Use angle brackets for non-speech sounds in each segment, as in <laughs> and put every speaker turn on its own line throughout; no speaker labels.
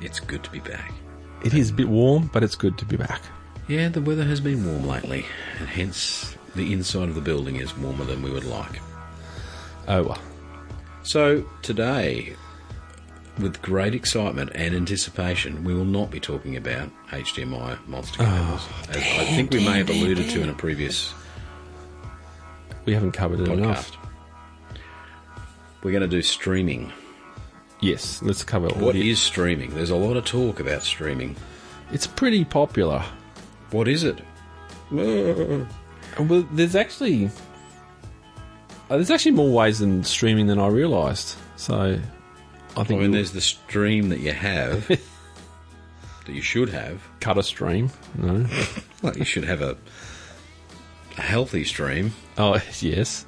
It's good to be back.
It is a bit warm, but it's good to be back.
Yeah, the weather has been warm lately, and hence the inside of the building is warmer than we would like.
Oh, well.
So, today, with great excitement and anticipation, we will not be talking about HDMI monster cables. as I think we may have alluded to in a previous
we haven't covered it
podcast.
enough.
We're going to do streaming.
Yes, let's cover
What
audio.
is streaming? There's a lot of talk about streaming.
It's pretty popular.
What is it?
Well, there's actually uh, there's actually more ways than streaming than I realised. So I
I
think
mean,
we
there's the stream that you have, <laughs> that you should have.
cut a stream. No.
Like you should have a, a healthy stream,
<laughs> Oh yes,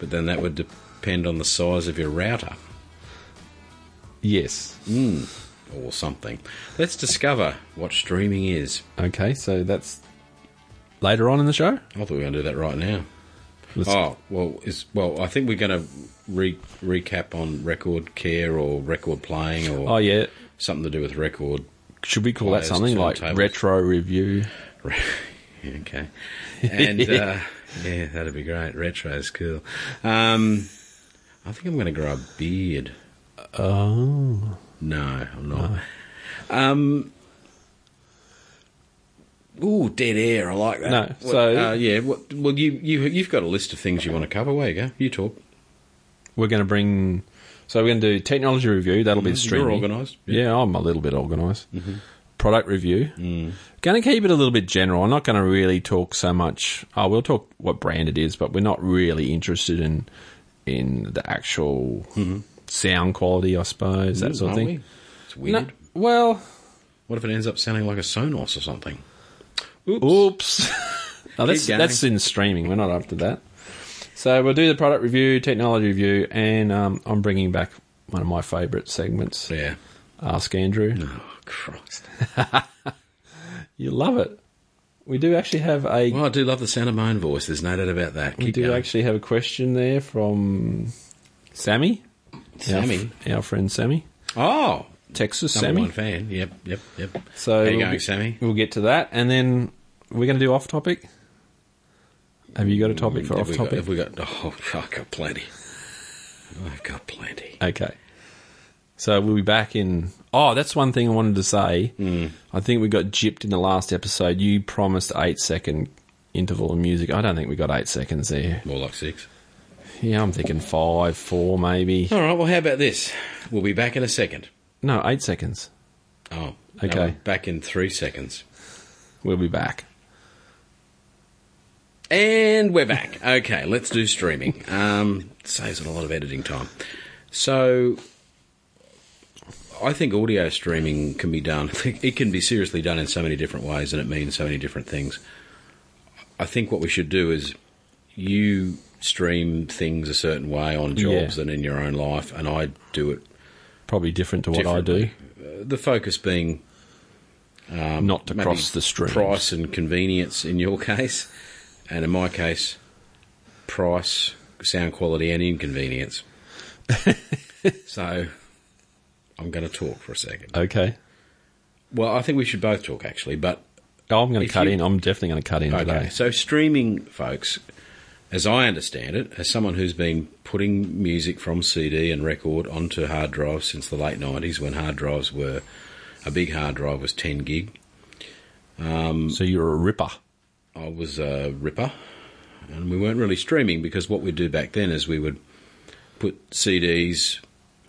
but then that would depend on the size of your router
yes.
or something. Let's discover what streaming is.
Okay, so that's later on in the show.
I thought we were going to do that right now.
Let's,
Oh well, is well. I think we're going to re- recap on record care or record playing or
oh yeah.
something to do with record.
Should we call that
Players,
something like
turntables.
retro review?
<laughs> okay, and uh, yeah, that'd be great. Retro's cool. Um, I think I'm going to grow a beard.
Oh,
No, I'm not. Um. Ooh, dead air. I like that.
No,
What-
so-
uh, yeah. What, well, you you you've got a list of things you want to cover. Where you go? You talk.
we're going to bring. So we're going to do technology review. That'll be the streaming.
Mm, You're Mm-hmm. organised.
Yeah, I'm a little bit organised. Product review.
Mm.
Going to keep it a little bit general. I'm not going to really talk so much. Oh, we'll talk what brand it is, but we're not really interested in in the actual sound quality, I suppose, that sort of
Aren't
thing.
Mm-hmm. Mm, we? It's weird.
No, well,
What if it ends up sounding like a Sonos or something? Oops. <laughs>
oops. no, that's
going.
that's in streaming. We're not after that. So we'll do the product review, technology review, and um, I'm bringing back one of my favourite segments.
Yeah.
Ask Andrew.
Oh
<laughs>
Christ.
You love it. We do actually have a
Well, I do love the sound of my own voice. There's no doubt about that.
We
Keep
do
going.
actually have a question there from Sammy. Our f-
Sammy.
Our, friend Sammy.
Oh,
Texas
number
Sammy.
one fan. Yep, yep, yep.
So
How you
we'll
going,
get-
Sammy?
We'll get to that. And then we're going to do off topic. Have you got a topic for
Mm, Have
off
we, got,
topic?
have we got? Oh, I've got plenty. I've got plenty.
Okay. So we'll be back in. Oh, that's one thing I wanted to say. Mm. I think we got gypped in the last episode. You promised eight second interval of music. I don't think we got eight seconds there.
More like six.
Yeah, I'm thinking five, four, maybe.
All right. Well, how about this? We'll be back in a second.
No, eight seconds.
Oh, no,
Okay.
we're back in three seconds,
We'll be back.
and we're back. <laughs> okay, let's do streaming. Um, saves it a lot of editing time. So, I think audio streaming can be done. <laughs> It can be seriously done in so many different ways, and it means so many different things. I think what we should do is you stream things a certain way on jobs
Yeah.
and in your own life, and I do it.
Probably different to what I do.
differently. Uh, The focus being
not to
maybe
cross the stream.
Price and convenience in your <laughs> case, and in my case, price, sound quality,
<laughs>
and inconvenience. so, I'm going to talk for a second.
Okay.
Well, I think we should both talk actually, but
Oh, I'm going
If
to cut
you-
in. I'm definitely going to cut in
okay.
today.
So, streaming, folks, as I understand it, as someone who's been putting music from CD and record onto hard drives since the late 90s when hard drives were a big hard drive was 10 gig. Mm.
So you're a ripper.
I was a ripper, and we weren't really streaming because what we'd do back then is we would put CDs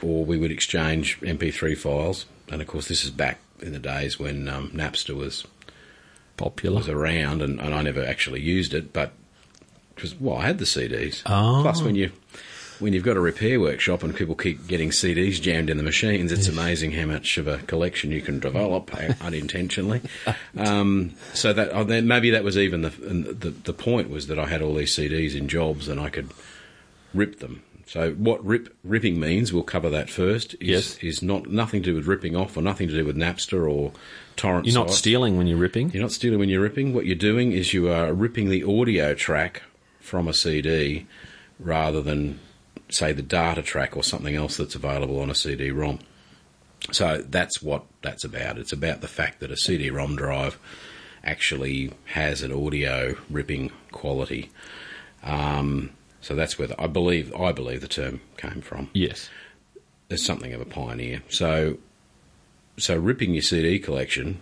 or we would exchange MP3 files, and of course this is back in the days when um, Napster was
Popular.
was around, and, and I never actually used it, but because well I had the CDs.
Oh.
Plus when you when you've got a repair workshop and people keep getting CDs jammed in the machines, it's amazing how much of a collection you can develop <laughs>
<laughs>
unintentionally. Um, so that oh, then maybe that was even the, and the the point was that I had all these CDs in jobs and I could rip them. So what rip ripping means, we'll cover that first. Is,
Yes.
is not nothing to do with ripping off or nothing to do with Napster or torrent.
You're not
sites.
stealing when you're ripping.
You're not stealing when you're ripping. What you're doing is you are ripping the audio track from a CD rather than, say, the data track or something else that's available on a CD ROM. So that's what that's about. It's about the fact that a CD-ROM drive actually has an audio ripping quality. Um, so that's where the, I believe I believe the term came from.
Yes.
There's something of a pioneer. So so ripping your CD collection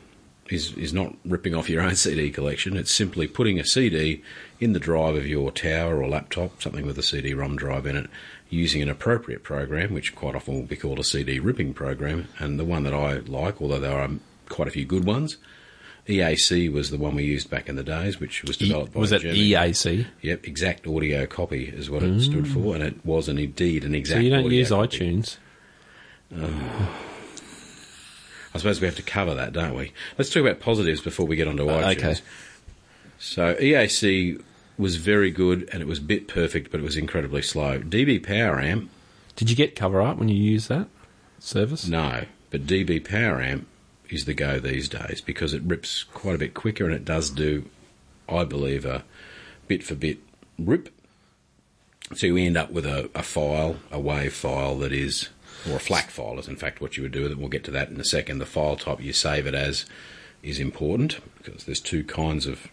is is not ripping off your own <laughs> CD collection. It's simply putting a CD in the drive of your tower or laptop, something with a CD-ROM drive in it, using an appropriate program, which quite often will be called a CD ripping program. And the one that I like, although there are quite a few good ones, EAC was the one we used back in the days, which was developed by
E- was
a
that
German-
EAC?
Yep, exact audio copy is what it stood for, and it was an, indeed an exact.
So you don't
audio
use
copy.
iTunes.
I suppose we have to cover that, don't we? Let's talk about positives before we get onto
Uh,
iTunes.
okay.
So EAC was very good, and it was bit perfect, but it was incredibly slow. DB Power Amp,
Did you get cover art when you used that service?
no, but DB Power Amp is the go these days because it rips quite a bit quicker, and it does do, I believe, a bit for bit rip. So you end up with a, a file, a WAV file that is, or a FLAC file is in fact what you would do with it. We'll get to that in a second. The file type you save it as is important because there's two kinds of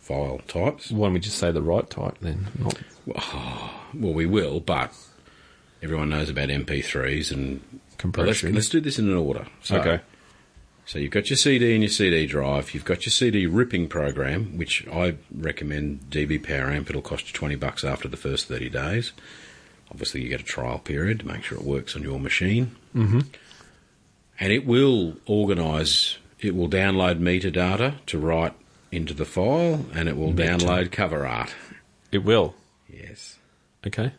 file types.
Why don't we just say the right type then? Not,
Well, we will, but everyone knows about MP3s and Well, let's,
Compression.
let's do this in an order. So, So you've got your CD and your CD drive. You've got your CD ripping program, which I recommend DB Power Amp. It'll cost you twenty bucks after the first thirty days. Obviously, you get a trial period to make sure it works on your machine, mm-hmm. and it will organise. It will download metadata to write into the file, and it will download cover art.
It will.
Yes.
Okay.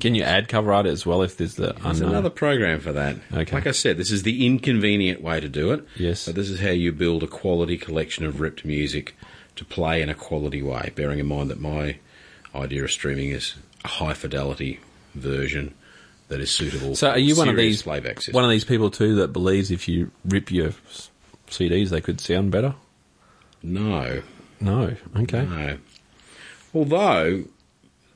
Can you add cover art as well if there's the
There's
unknown?
another program for that.
Okay.
Like I said, this is the inconvenient way to do it.
Yes.
But this is how you build a quality collection of ripped music to play in a quality way, bearing in mind that my idea of streaming is a high fidelity version that is suitable
So are
for
you one of
serious
these
playback systems.
one of these people too that believes if you rip your s- CDs they could sound better?
No.
No. Okay.
No. Although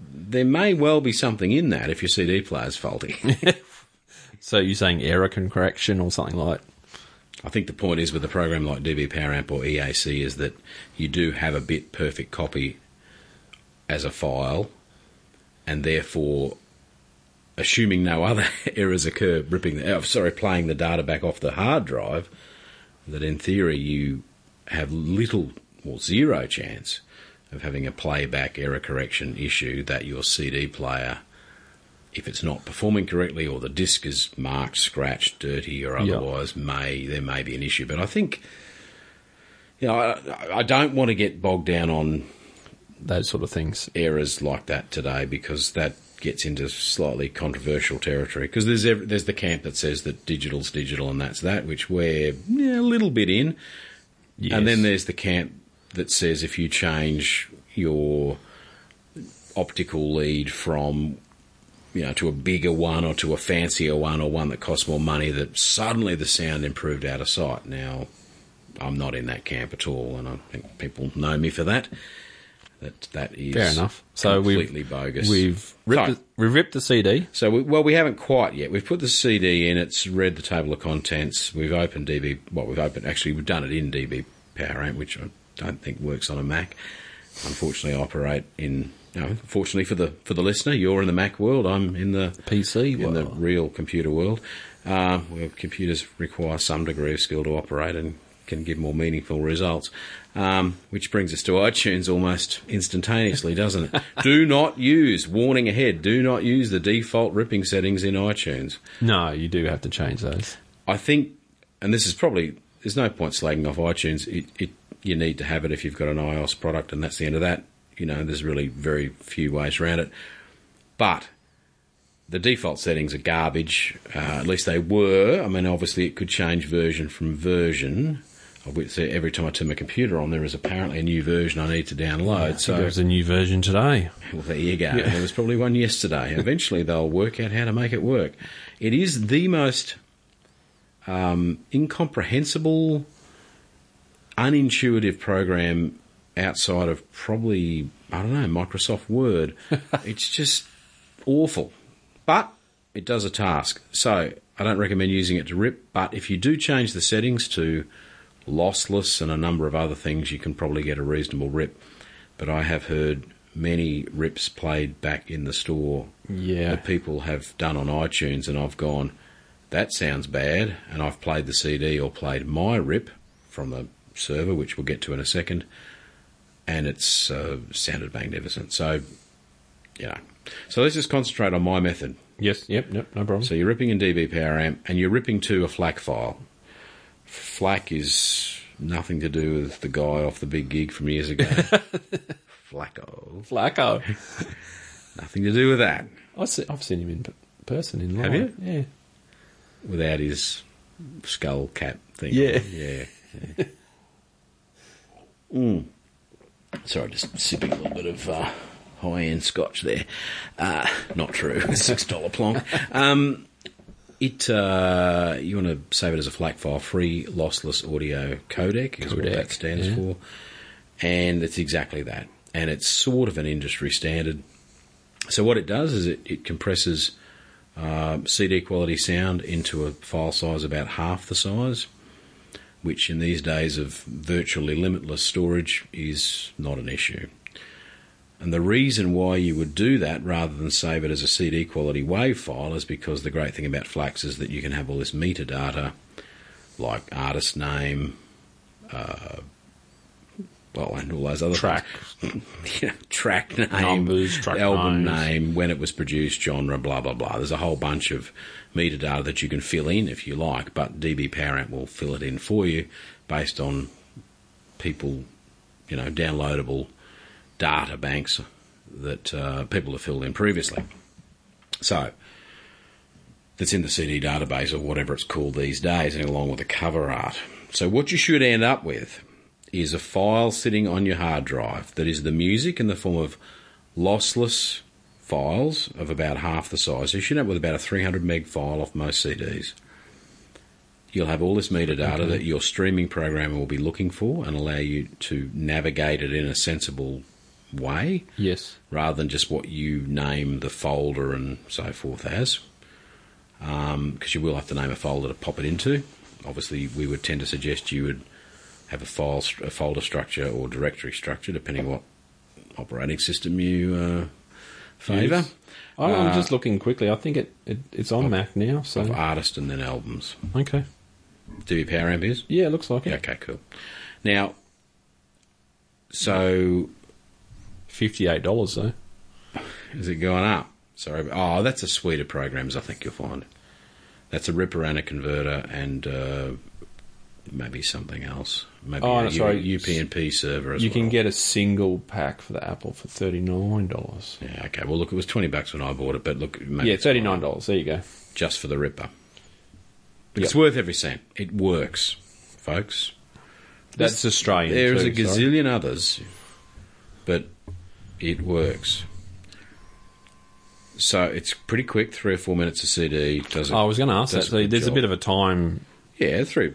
there may well be something in that if your CD
<laughs>
player's faulty.
So you're saying error correction or something like?
I think the point is with a program like DB Power Amp or EAC is that you do have a bit perfect copy as a file, and therefore, assuming no other <laughs> errors occur, ripping the, oh, sorry, playing the data back off the hard drive, that in theory you have little or zero chance of having a playback error correction issue that your CD player, if it's not performing correctly or the disc is marked, scratched, dirty, or
Yeah.
otherwise, may there may be an issue. But I think, you know, I, I don't want to get bogged down on
Those sort of things.
errors like that today because that gets into slightly controversial territory. Because there's ev- there's the camp that says that digital's digital and that's that, which we're yeah, a little bit in,
Yes.
and then there's the camp that says if you change your optical lead from you know to a bigger one or to a fancier one or one that costs more money that suddenly the sound improved out of sight. Now I'm not in that camp at all and I think people know me for that. That that is
fair enough. So we've
completely bogus.
We've ripped
Sorry.
the, we ripped the CD.
So, we, well, we haven't quite yet. We've put the CD in. It's read the table of contents. We've opened DB. Well, we've opened. Actually, we've done it in DB Power Amp, which I don't think works on a Mac. Unfortunately, I operate in. No, fortunately for the for the listener, you're in the Mac world. I'm in the
PC
in the
world.
real computer world, uh, where computers require some degree of skill to operate and can give more meaningful results. Um, which brings us to iTunes almost instantaneously, doesn't it? do not use warning ahead. Do not use the default ripping settings in iTunes.
No, you do have to change those.
I think, and this is probably there's no point slagging off iTunes. It, it you need to have it if you've got an iOS product, and that's the end of that. You know, there's really very few ways around it. But the default settings are garbage. Uh, at least they were. I mean, obviously it could change version from version. Of which so every time I turn my computer on, there is apparently a new version I need to download. so
There was a new version today.
well, there you go. There was probably one yesterday. Eventually, they'll work out how to make it work. It is the most um, incomprehensible, unintuitive program outside of probably, I don't know, Microsoft Word. it's just awful. But it does a task. So I don't recommend using it to rip, but if you do change the settings to lossless and a number of other things, you can probably get a reasonable rip. But I have heard many rips played back in the store
Yeah.
that people have done on iTunes, and I've gone, that sounds bad, and I've played the CD or played my rip from the server, which we'll get to in a second, and it's uh, sounded magnificent. So, you know. So let's just concentrate on my method.
Yes. Yep. Yep. No problem.
So you're ripping in DB Power Amp, and you're ripping to a FLAC file. FLAC is nothing to do with the guy off the big gig from years ago. Flacco.
Flacco.
Nothing to do with that.
<laughs> I've seen, I've seen him in p- person in live.
Have you?
Yeah.
Without his skull cap thing.
Yeah.
Yeah. <laughs> yeah. mm. Hmm. Sorry, just sipping a little bit of uh, high end scotch there. Uh, not true. <laughs> $6 plonk. Um, it uh, you want to save it as a FLAC file, free lossless audio codec is
Codec,
what that stands
yeah.
for, and it's exactly that, and it's sort of an industry standard. So what it does is it, it compresses um, CD quality sound into a file size about half the size, which in these days of virtually limitless storage is not an issue. And the reason why you would do that rather than save it as a CD quality WAV file is because the great thing about FLAX is that you can have all this metadata, like artist name, uh, well, and all those other
Track.
things. <laughs> Yeah, track name,
Numbers, track
album
names.
name, when it was produced, genre, blah blah blah. There's a whole bunch of metadata that you can fill in if you like, but DB Power Amp will fill it in for you based on people, you know, downloadable data banks that uh, people have filled in previously. So that's in the CD database or whatever it's called these days, and along with the cover art. So what you should end up with is a file sitting on your hard drive that is the music in the form of lossless files of about half the size. So you should end up with about a 300 meg file off most CDs. You'll have all this metadata that your streaming program will be looking for and allow you to navigate it in a sensible way
Yes.
rather than just what you name the folder and so forth as. Because you will have to name a folder to pop it into. Obviously, we would tend to suggest you would have a file, st- a folder structure or directory structure, depending what operating system you uh, favour.
Yes. I'm,
Uh,
I'm just looking quickly. I think it, it it's
oh.
on Mac now. So
Of artist and then albums.
okay.
DB Power Amp is?
Yeah, it looks like
Yeah,
it.
okay, cool. Now, so
Fifty-eight dollars though.
Is it going up? Sorry. but- Oh, that's a suite of programs I think you'll find. That's a ripper and a converter and uh, maybe something else. Maybe
Oh,
a
no,
U-
sorry.
UPnP server as
You
well.
can get a single pack for the Apple for thirty-nine dollars.
Yeah, okay. Well, look, it was 20 bucks when I bought it, but look, maybe
Yeah,
it's fine
thirty-nine dollars. There you go.
just for the ripper. But
Yep.
It's worth every cent. It works, folks.
That's Australian.
There's
too,
a
sorry.
gazillion others, but it works. So it's pretty quick, three or four minutes a CD. Does it?
I was going to ask that.
Does a
So
good
there's a
job.
bit of a time.
Yeah, through.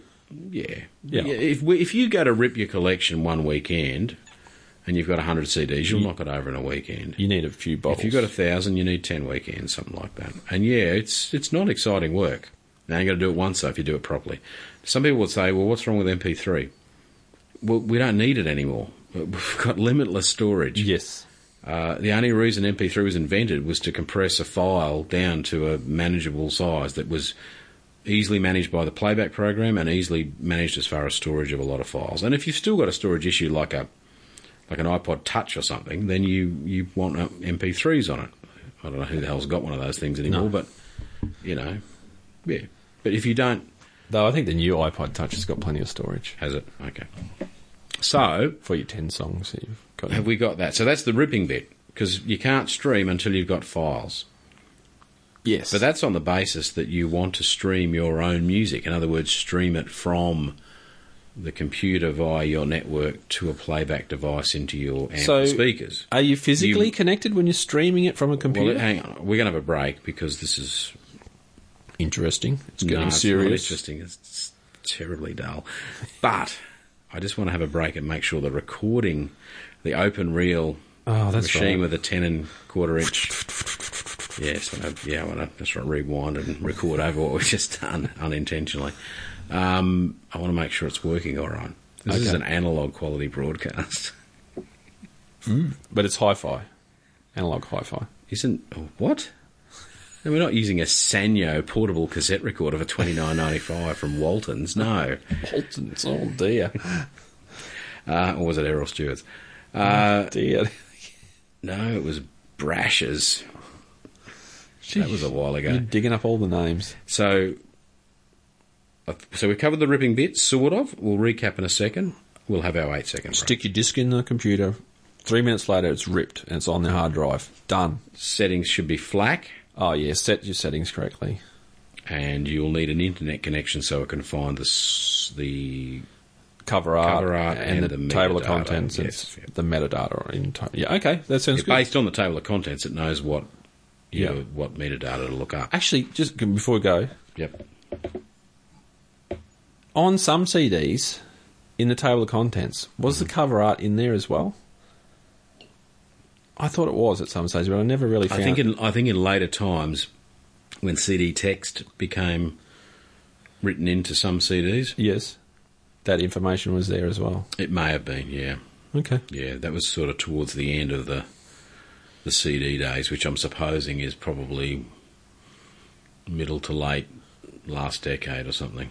Yeah.
Yeah.
if we, if you go to rip your collection one weekend and you've got 100 CDs, you'll knock it over in a weekend.
You need a few bottles.
If you've got a 1,000, you need 10 weekends, something like that. And yeah, it's it's not exciting work. Now you've got to do it once, though, if you do it properly. Some people would say, well, what's wrong with MP3? Well, we don't need it anymore. <laughs> We've got limitless storage.
yes.
Uh, the only reason MP3 was invented was to compress a file down to a manageable size that was easily managed by the playback program and easily managed as far as storage of a lot of files. And if you've still got a storage issue like a like an iPod Touch or something, then you you want uh, MP3s on it. I don't know who the hell's got one of those things
No.
anymore, but you know, yeah. But if you don't,
Though I think the new iPod Touch has got plenty of storage
has it okay? So
for your ten songs that you've got.
have we got that? So that's the ripping bit because you can't stream until you've got files.
yes.
But that's on the basis that you want to stream your own music. In other words, stream it from the computer via your network to a playback device into your amp
So-
and speakers.
Are you physically
You-
connected when you're streaming it from a
Well,
computer?
hang on. We're going to have a break because this is
Interesting. It's
no,
getting
it's not
serious.
interesting. It's terribly dull. But I just want to have a break and make sure the recording, the open reel
Oh, that's
machine
right. <laughs>
with a ten and quarter inch Yes, I know. yeah, I want to just rewind and record over what we've just done <laughs> unintentionally. Um, I want to make sure it's working all right. This is
Okay.
an analog quality broadcast. <laughs>
But it's hi fi, analog hi fi.
Isn't oh, what? No, we're not using a Sanyo portable cassette recorder for twenty nine ninety five from Waltons. No,
Bolton's, oh dear.
uh, or was it Errol Stewart's? Uh,
<laughs> dear.
no, it was Brash's. That was a while ago.
You're digging up all the names.
So, uh, so we've covered the ripping bits, sort of. We'll recap in a second. We'll have our eight second break.
Stick your disk in the computer. Three minutes later, it's ripped and it's on the hard drive. Done.
Settings should be FLAC,
Oh, yeah, set your settings correctly.
and you'll need an internet connection so it can find the s- the
Cover art,
Cover art
and,
and
the,
the
table of
metadata,
contents and
yes, yep.
the metadata. In ti- yeah, okay, that sounds good.
based on the table of contents, it knows what you
Yeah.
know, what metadata to look up.
Actually, just c- before we go,
Yep.
on some CDs, in the table of contents, was the cover art in there as well? I thought it was at some stage, but I never really found.
I think in I think in later times, when CD text became written into some CDs,
yes, that information was there as well.
it may have been. Yeah,
Okay,
yeah, that was sort of towards the end of the the CD days, which I'm supposing is probably middle to late last decade or something.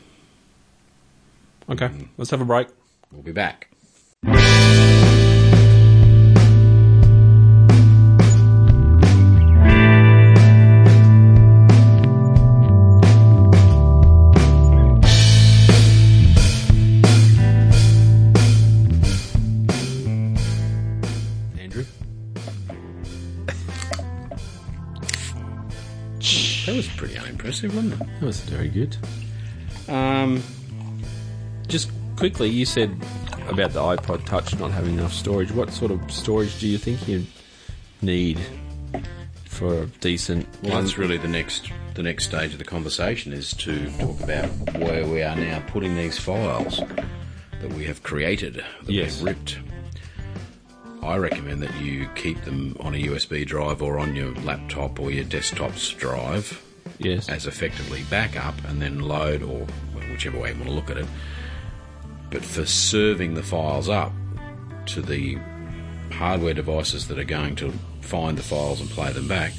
okay, let's have a break.
We'll be back.
Andrew,
That was pretty unimpressive, wasn't it?
that was very good.
Um,
Just quickly, you said about the iPod Touch not having enough storage. What sort of storage do you think you need for a decent
well,
one?
that's really the next the next stage of the conversation is to talk about where we are now putting these files that we have created that
Yes.
we've ripped. I recommend that you keep them on a USB drive or on your laptop or your desktop's drive
Yes,
as effectively backup and then load or well, whichever way you want to look at it. But for serving the files up to the hardware devices that are going to find the files and play them back,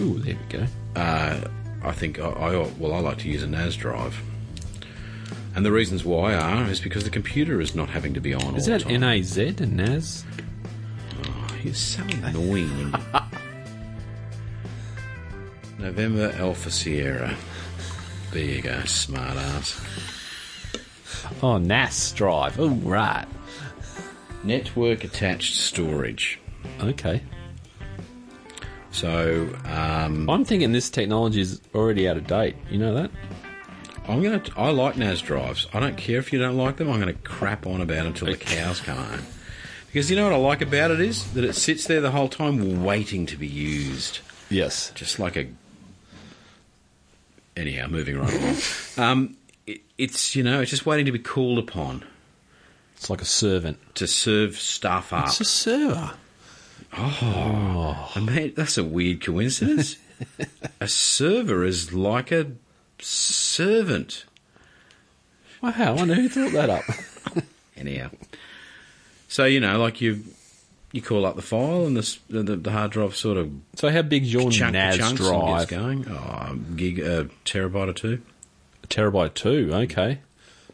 Ooh, there we go.
I think I, I ought- well I like to use a NAS drive. And the reasons why are is because the computer is not having to be on
Is
all
that
the time.
NAZ and NAS?
You're so annoying.
<laughs>
November Alpha Sierra. There you go, smart ass.
Oh, NAS drive. Oh, right.
Network attached storage.
Okay.
So um,
I'm thinking this technology is already out of date. You know that?
I'm gonna. I like NAS drives. I don't care if you don't like them. I'm gonna crap on about it until the cows come home. Because you know what I like about it is that it sits there the whole time waiting to be used,
Yes.
just like a. Anyhow, moving right along. Um, it, it's you know it's just waiting to be called upon
It's like a servant.
to serve stuff up.
It's a server.
I mean, that's a weird coincidence. a server is like a servant.
Wow, I wonder who thought that up. <laughs>
Anyhow, so you know, like you, you call up the file and the s- the, the hard drive sort of
So, how big's your
chunk
NAS
the chunks and gets
drive?
going. Oh, gig a terabyte or two.
A terabyte two. Okay.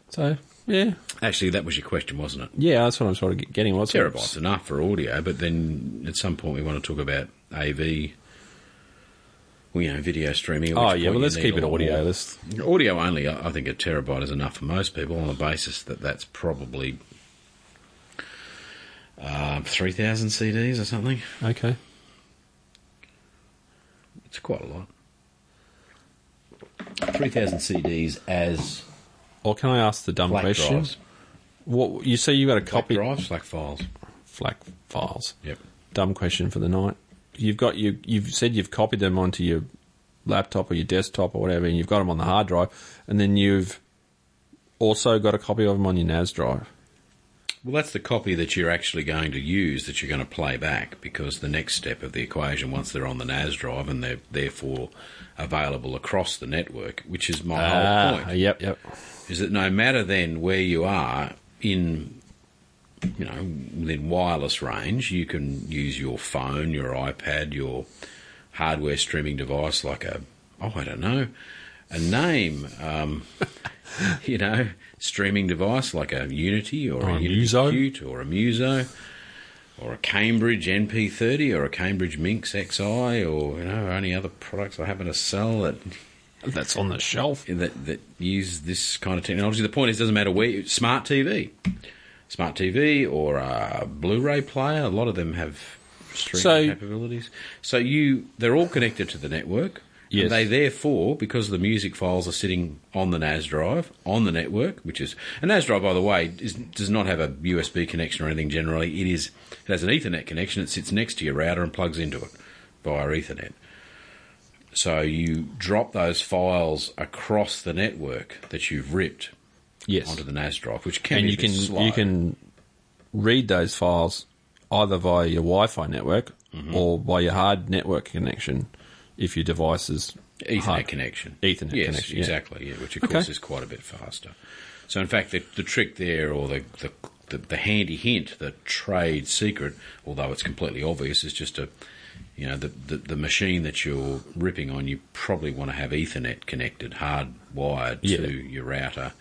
So, yeah,
Actually, that was your question, wasn't it?
yeah, that's what I'm sort of get- getting. What's
Terabytes enough for audio, but then at some point we want to talk about AV. Well, you know, video streaming. at
Oh
which
yeah,
point
well
you
let's
need
keep
a
it
lot
audio.
more.
Let's
Audio only, I I think a terabyte is enough for most people on the basis that that's probably uh, 3,000 CDs or something.
okay.
It's quite a lot. 3,000 CDs as
Or can I ask the dumb
black
question?
drives.
What you say? You got a
Black
copy
drives, black files.
FLAC files.
Yep.
dumb question for the night. You've got you you've said you've copied them onto your laptop or your desktop or whatever, and you've got them on the hard drive, and then you've also got a copy of them on your NAS drive.
Well, that's the copy that you're actually going to use that you're going to play back because the next step of the equation, once they're on the NAS drive and they're therefore available across the network, which is my whole
Ah,
point.
yep, yep.
is that no matter then where you are in you know within wireless range you can use your phone your ipad your hardware streaming device like a oh i don't know a name um, <laughs> you know streaming device like a unity or,
Or
a
a
unity
Muso.
Qt or a muso or a cambridge np30 or a cambridge minx xi or you know any other products i happen to sell that
That's on the shelf.
that that use this kind of technology. The point is, it doesn't matter where you- smart TV, smart TV or a Blu-ray player. A lot of them have streaming
So-
capabilities. So you, they're all connected to the network.
Yes.
And they therefore, because the music files are sitting on the NAS drive on the network, which is a NAS drive, by the way, is, does not have a USB connection or anything. Generally, it is it has an Ethernet connection. It sits next to your router and plugs into it via Ethernet. So you drop those files across the network that you've ripped
Yes.
onto the NAS drive, which can
and
be
you
a bit
can
slow.
you can read those files either via your Wi-Fi network
Mm-hmm.
or by your hard network connection if your device is
Ethernet
hard.
connection.
Ethernet
yes,
connection, yeah.
exactly. Yeah, which of course
Okay.
is quite a bit faster. So in fact, the, the trick there, or the, the the the handy hint, the trade secret, although it's completely obvious, is just a you know the, the the machine that you're ripping on. You probably want to have Ethernet connected, hardwired
Yeah.
to your router.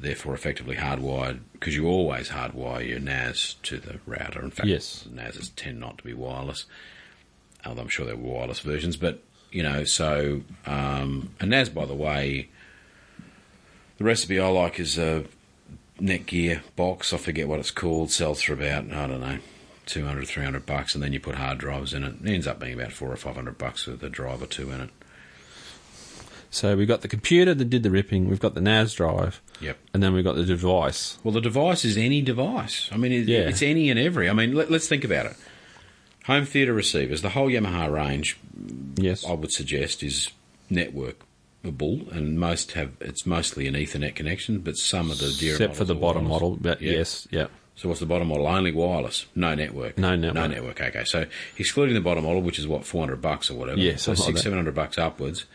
Therefore, effectively hardwired because you always hardwire your NAS to the router. In fact,
Yes.
NASs tend not to be wireless although I'm sure there were wireless versions. But you know, so um, and NAS, by the way, the recipe I like is a Netgear box. I forget what it's called. Sells for about I don't know. 200 300 bucks and then you put hard drives in it it ends up being about four or five hundred bucks with a drive or two in it
So we've got the computer that did the ripping, we've got the NAS drive,
yep
and then we've got the device.
Well, the device is any device. I mean, it,
Yeah.
it's any and every. I mean, let, let's think about it. Home theatre receivers, the whole Yamaha range,
Yes.
I would suggest, is networkable, and most have it's mostly an Ethernet connection, but some of the dearer
Except for
models
the
are
bottom
wireless.
model, but
Yeah.
yes, yeah.
So what's the bottom model? Only wireless, no network,
No network.
no network. Okay, so excluding the bottom model, which is what four hundred bucks or whatever,
Yeah,
so
something like
six
that.
seven hundred bucks upwards.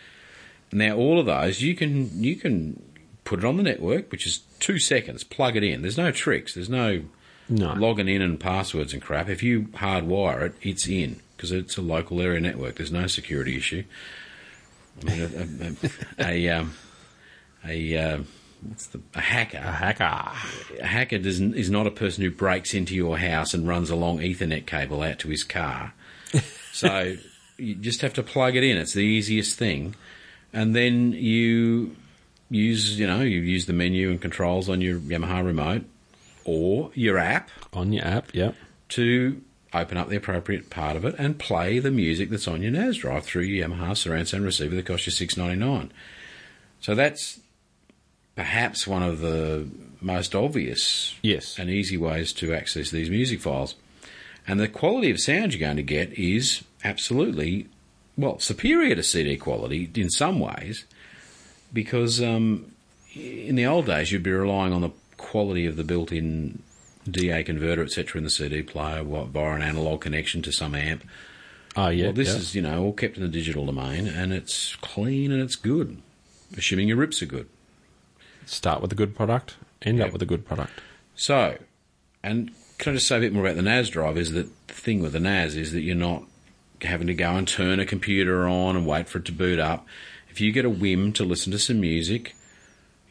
Now all of those you can you can put it on the network, which is two seconds. Plug it in. There's no tricks. There's no
No.
logging in and passwords and crap. If you hardwire it, it's in because it's a local area network. There's no security issue. I mean, a a, <laughs> a, um, a uh, what's the a hacker
A hacker.
a hacker does, is not a person who breaks into your house and runs a long Ethernet cable out to his car. So you just have to plug it in. It's the easiest thing, and then you use you know you use the menu and controls on your Yamaha remote or your app
On your app, yep.
to open up the appropriate part of it and play the music that's on your NAS drive through your Yamaha surround sound receiver that costs you six ninety nine. So that's perhaps one of the most obvious
Yes.
and easy ways to access these music files. And the quality of sound you're going to get is absolutely, well, superior to CD quality in some ways, because um, in the old days you'd be relying on the quality of the built in DA converter, etc., in the CD player wha- via an analog connection to some amp.
Oh, yeah.
Well, this
yeah.
is, you know, all kept in the digital domain and it's clean and it's good, assuming your rips are good.
Start with a good product, end
Yep.
up with a good product.
So, and can I just say a bit more about the NAS drive? Is that the thing with the NAS is that you're not having to go and turn a computer on and wait for it to boot up. If you get a whim to listen to some music,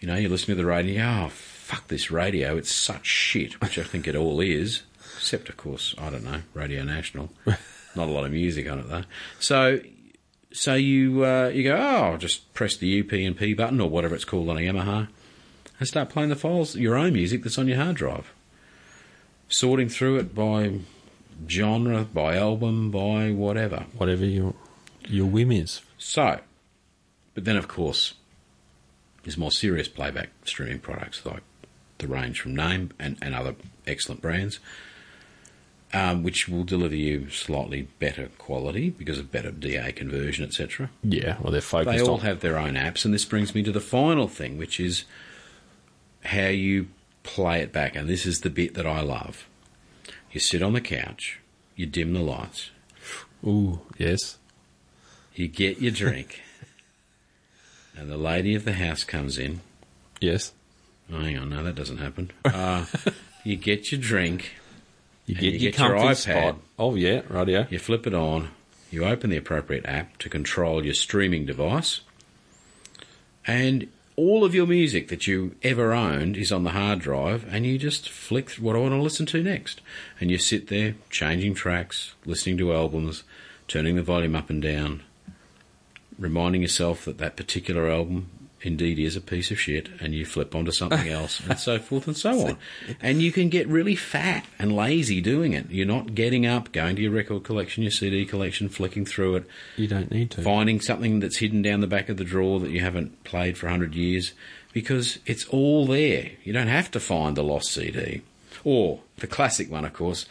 you know, you're listening to the radio, oh, fuck this radio, it's such shit, which I think it all is, except, of course, I don't know, Radio National. Not a lot of music on it, though. So, so you uh, you go, oh, I'll just press the UP and P button or whatever it's called on a Yamaha and start playing the files, your own music that's on your hard drive. Sorting through it by genre, by album, by whatever.
Whatever your, your whim is.
So, but then of course, there's more serious playback streaming products like the range from Name and, and other excellent brands, um, which will deliver you slightly better quality because of better DA conversion, etc.
Yeah, well, they're focused
They all
on.
have their own apps, and this brings me to the final thing, which is how you play it back, and this is the bit that I love. You sit on the couch, you dim the lights,
Ooh, yes.
you get your drink, and the lady of the house comes in.
Yes.
Oh, hang on, no, that doesn't happen. Uh, you get your drink,
You
And
get,
you
your
get your
comfy
iPad.
spot. Oh, yeah, radio.
you flip it on, you open the appropriate app to control your streaming device, and all of your music that you ever owned is on the hard drive, and you just flick th- what I want to listen to next. And you sit there changing tracks, listening to albums, turning the volume up and down, reminding yourself that that particular album indeed is a piece of shit, and you flip onto something else, and so forth and so on. And you can get really fat and lazy doing it. You're not getting up, going to your record collection, your CD collection, flicking through it,
You don't need to.
finding something that's hidden down the back of the drawer that you haven't played for 100 years because it's all there. You don't have to find the lost CD. Or the classic one, of course.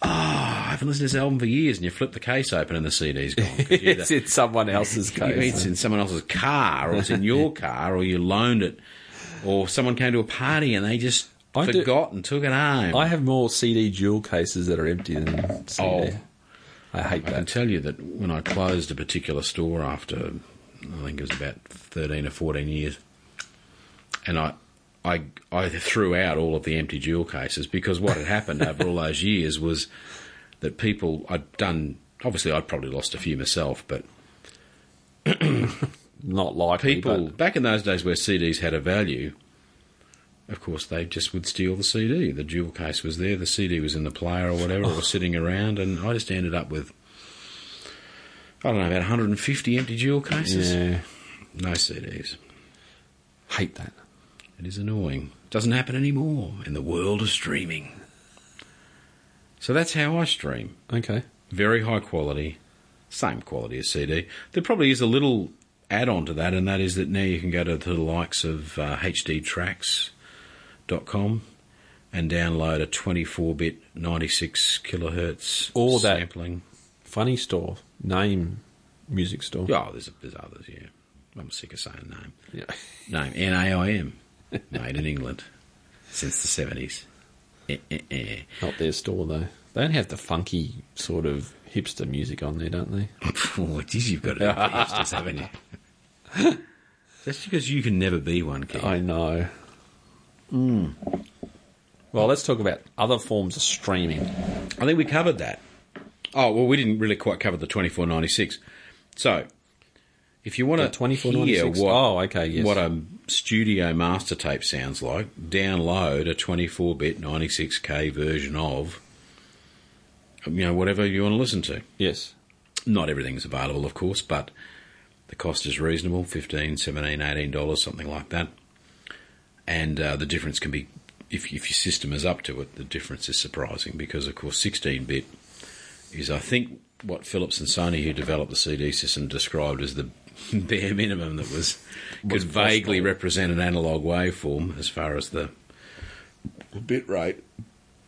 Ah, I haven't listened to this album for years, and you flip the case open and the CD's gone.
<laughs>
'cause you're the-
it's in someone <laughs> else's
you know,
case.
it's in someone else's car, or
<laughs>
it's in your car, or you loaned it, or someone came to a party and they just
I do-
forgot and took it home.
I have more CD jewel cases that are empty than CD.
Oh.
I hate
I can
that.
tell you that when I closed a particular store after, I think it was about 13 or 14 years, and I, I, I threw out all of the empty jewel cases because what
<laughs>
had happened over all those years was that people, I'd done, obviously I'd probably lost a few myself, but
Not likely.
people
but-
back in those days where CDs had a value, of course they just would steal the CD. The jewel case was there, the CD was in the player or whatever,
Oh.
or sitting around, and I just ended up with I don't know about 150 empty jewel cases.
yeah,
No CDs.
hate that.
It is annoying. Doesn't happen anymore in the world of streaming. So that's how I stream.
Okay.
Very high quality, same quality as CD. There probably is a little add on to that, and that is that now you can go to the likes of uh, hdtracks.com and download a 24 bit 96 kilohertz
All that.
sampling.
Funny store name, music store.
Oh, there's, there's others, yeah. I'm sick of saying name.
Yeah.
Name N A I M, made in England since the 70s. Eh, eh, eh. <laughs>
Not their store though. They don't have the funky sort of hipster music on there, don't they?
Oh, geez, you've got to be hipsters, haven't you? <laughs> That's because you can never be one, Keith.
I know. Hmm. Well, let's talk about other forms of streaming.
I think we covered that. Oh well, we didn't really quite cover the twenty four ninety six. So, if you want
The
to
2496.
hear what
Oh, okay, yes.
what a studio master tape sounds like, download a twenty four bit ninety six k version of you know whatever you want to listen to.
Yes.
Not everything's available, of course, but the cost is reasonable 15 17 18 dollars, something like that. And uh, the difference can be, if, if your system is up to it, the difference is surprising because, of course, 16 bit is, I think, what Philips and Sony, who developed the CD system, described as the <laughs> bare minimum that was could vaguely represent an analog waveform as far as the bit rate.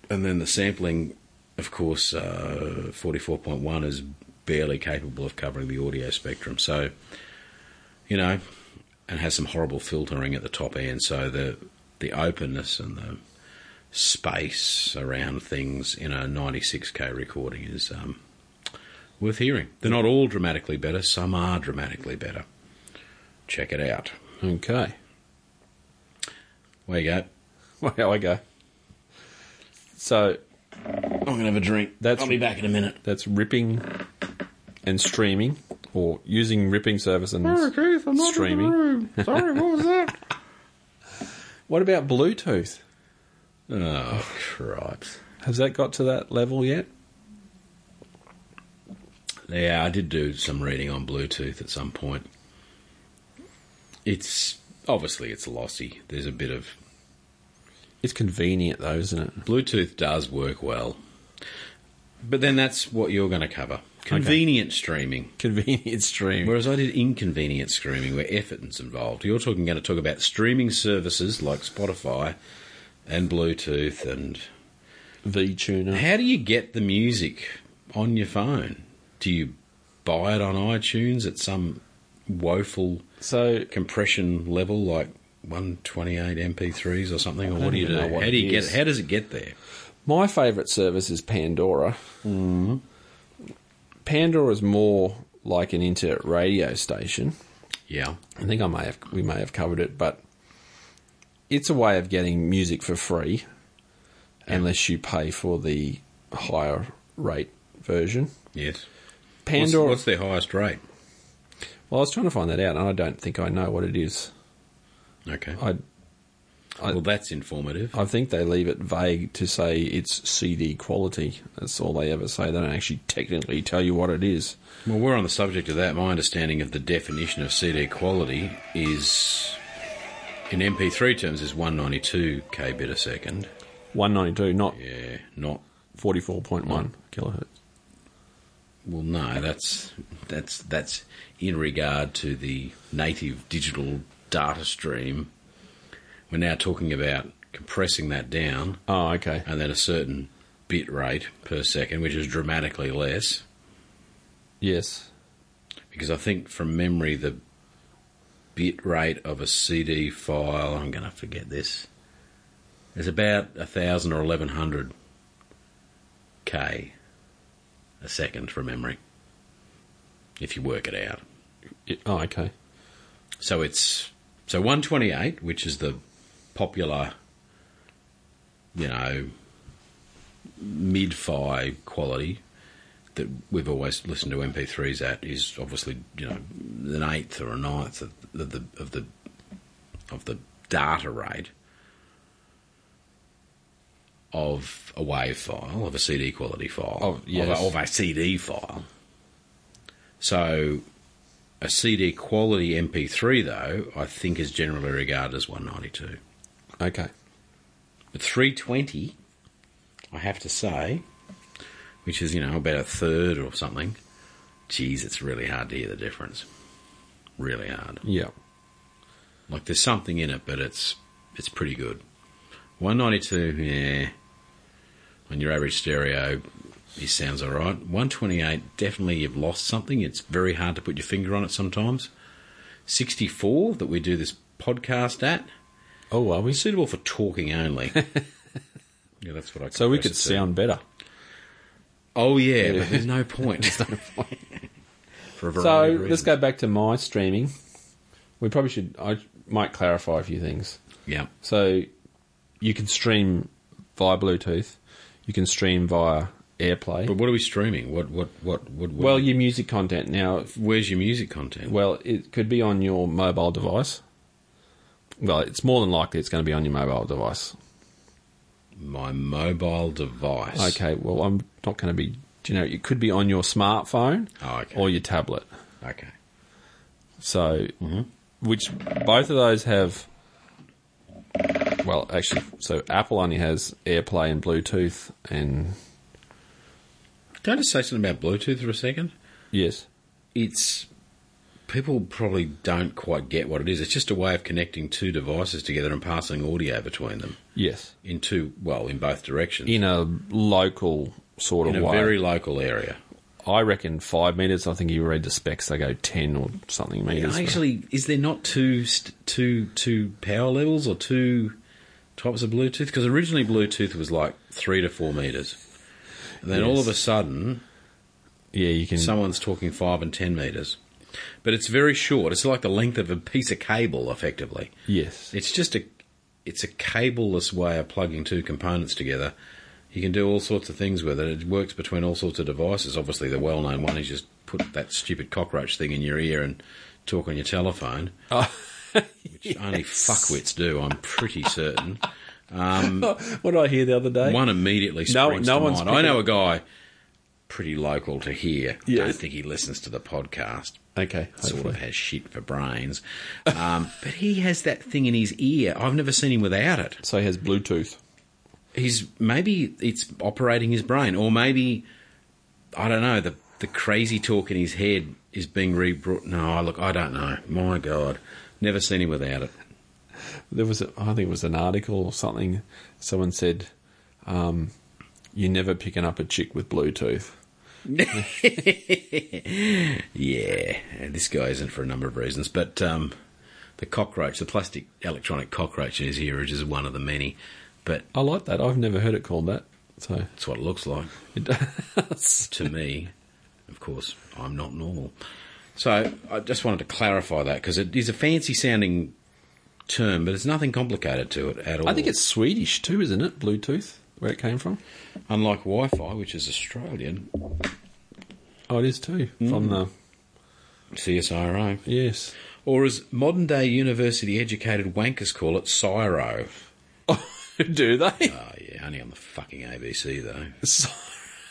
And then the sampling, of course, uh, 44.1 is barely capable of covering the audio spectrum. So, you know, and has some horrible filtering at the top end. So the the openness and the space around things in a 96k recording is um, worth hearing. They're not all dramatically better. Some are dramatically better. Check it out.
Okay. <laughs>
Where you go?
Well, I go. So
I'm gonna have a drink.
That's-
I'll be back in a minute.
that's ripping and streaming, or using ripping service and
Oh,
streaming.
Sorry, what was that?
What about Bluetooth?
<laughs> Oh, cripes.
Has that got to that level yet?
Yeah, I did do some reading on Bluetooth at some point. It's obviously it's lossy. There's a bit of
It's convenient though, isn't it? <laughs>
Bluetooth does work well, but then that's what you're going to cover: convenient streaming.
Convenient streaming.
Whereas I did inconvenient streaming, where effort is involved. You're talking going to talk about streaming services like Spotify and Bluetooth, and
VTuner.
how do you get the music on your phone? Do you buy it on iTunes at some woeful
So
compression level like 128 MP3s or something, or
don't
what do you
even
do?
know what
How do you
it
get?
is.
How does it get there?
My favourite service is Pandora. Mm. Pandora is more like an internet radio station.
Yeah,
I think I may have we may have covered it, but it's a way of getting music for free, unless you pay for the higher rate version.
yes. What's,
Pandora.
what's their highest rate?
well, I was trying to find that out, and I don't think I know what it is.
Okay.
I I-
well, that's informative.
I think they leave it vague to say it's CD quality. That's all they ever say. They don't actually technically tell you what it is.
Well, we're on the subject of that. My understanding of the definition of CD quality is, in MP3 terms, is 192 kbit a second.
One ninety two, not
Yeah, not.
forty four point one kilohertz.
Well, no, that's that's that's in regard to the native digital data stream. We're now talking about compressing that down,
Oh, okay.
and then a certain bit rate per second, which is dramatically less.
Yes.
because I think from memory the bit rate of a CD file I'm going to forget this is about a thousand or eleven hundred k a second from memory if you work it out.
Y- Oh, okay.
So it's so 128, which is the popular, you know, mid-fi quality that we've always listened to MP3s at is obviously you know an eighth or a ninth of the, the of the of the data rate of a WAV file of a CD quality file
Of- yes.
of, a, of a CD file. So a CD quality MP3 though I think is generally regarded as 192.
Okay.
But 320, I have to say, which is, you know, about a third or something, geez, it's really hard to hear the difference. Really hard.
Yeah.
Like there's something in it, but it's it's pretty good. 192, yeah. On your average stereo, it sounds all right. 128, definitely you've lost something. It's very hard to put your finger on it sometimes. 64, that we do this podcast at,
Oh, are we?
suitable for
<laughs>
talking only. yeah, that's what I.
So we
compress
could
it to.
sound better.
Oh yeah, but
<laughs>
there's no point. there's no point. <laughs> for a
So
variety of
let's
reasons.
go back to my streaming. We probably should. I might clarify a few things.
Yeah,
So you can stream via Bluetooth. You can stream via AirPlay.
but what are we streaming? What what what what? what
well, your music content now.
where's your music content?
Well, it could be on your mobile device. Well, it's more than likely it's going to be on your mobile device.
My mobile device.
Okay. Well, I'm not going to be. You know, it could be on your smartphone
Oh, okay.
or your tablet.
Okay.
So, which both of those have. Well, actually, so Apple only has AirPlay and Bluetooth, and
Can I just say something about Bluetooth for a second?
yes,
It's people probably don't quite get what it is. It's just a way of connecting two devices together and passing audio between them
yes,
in two well in both directions
in a local sort
in
of
a
way.
very local area.
I reckon five meters. I think you read the specs; they go ten or something meters.
Actually, is there not two st- two two power levels or two types of Bluetooth? Because originally Bluetooth was like three to four meters, and then all
Yes. Mm.
of a sudden
yeah, you can.
someone's talking five and ten meters. But it's very short. It's like the length of a piece of cable, effectively.
yes,
It's just a it's a cableless way of plugging two components together. You can do all sorts of things with it. It works between all sorts of devices. Obviously, the well-known one is just put that stupid cockroach thing in your ear and talk on your telephone,
Oh.
which
<laughs>
only fuckwits do. I'm pretty certain.
what did I hear the other day?
One immediately
No-
springs
no
to
one's
mind. I know a
picking
guy pretty local to here. I don't
Yes.
think he listens to the podcast.
okay,
Sort of
hopefully.
has shit for brains, um, <laughs> but he has that thing in his ear. I've never seen him without it.
So he has Bluetooth.
he's maybe it's operating his brain, or maybe I don't know. The the crazy talk in his head is being rebrought. No, look, I don't know. My God, never seen him without it. <laughs>
there was a, I think it was an article or something someone said um, you're never picking up a chick with bluetooth
Yeah, this guy isn't for a number of reasons, but um, the cockroach, the plastic electronic cockroach is here, which is one of the many, but
I like that. I've never heard it called that. So
it's what it looks like
it <laughs> does.
to me. Of course, I'm not normal. So I just wanted to clarify that because it is a fancy sounding term, but it's nothing complicated to it at all.
I think it's Swedish too, isn't it? Bluetooth, where it came from.
unlike Wi Fi, which is Australian,
Oh, it is too. From the
CSIRO.
yes, <laughs>
Or as modern day university educated wankers call it, CSIRO.
Oh, do they? <laughs>
Oh, yeah, only on the fucking ABC though.
So-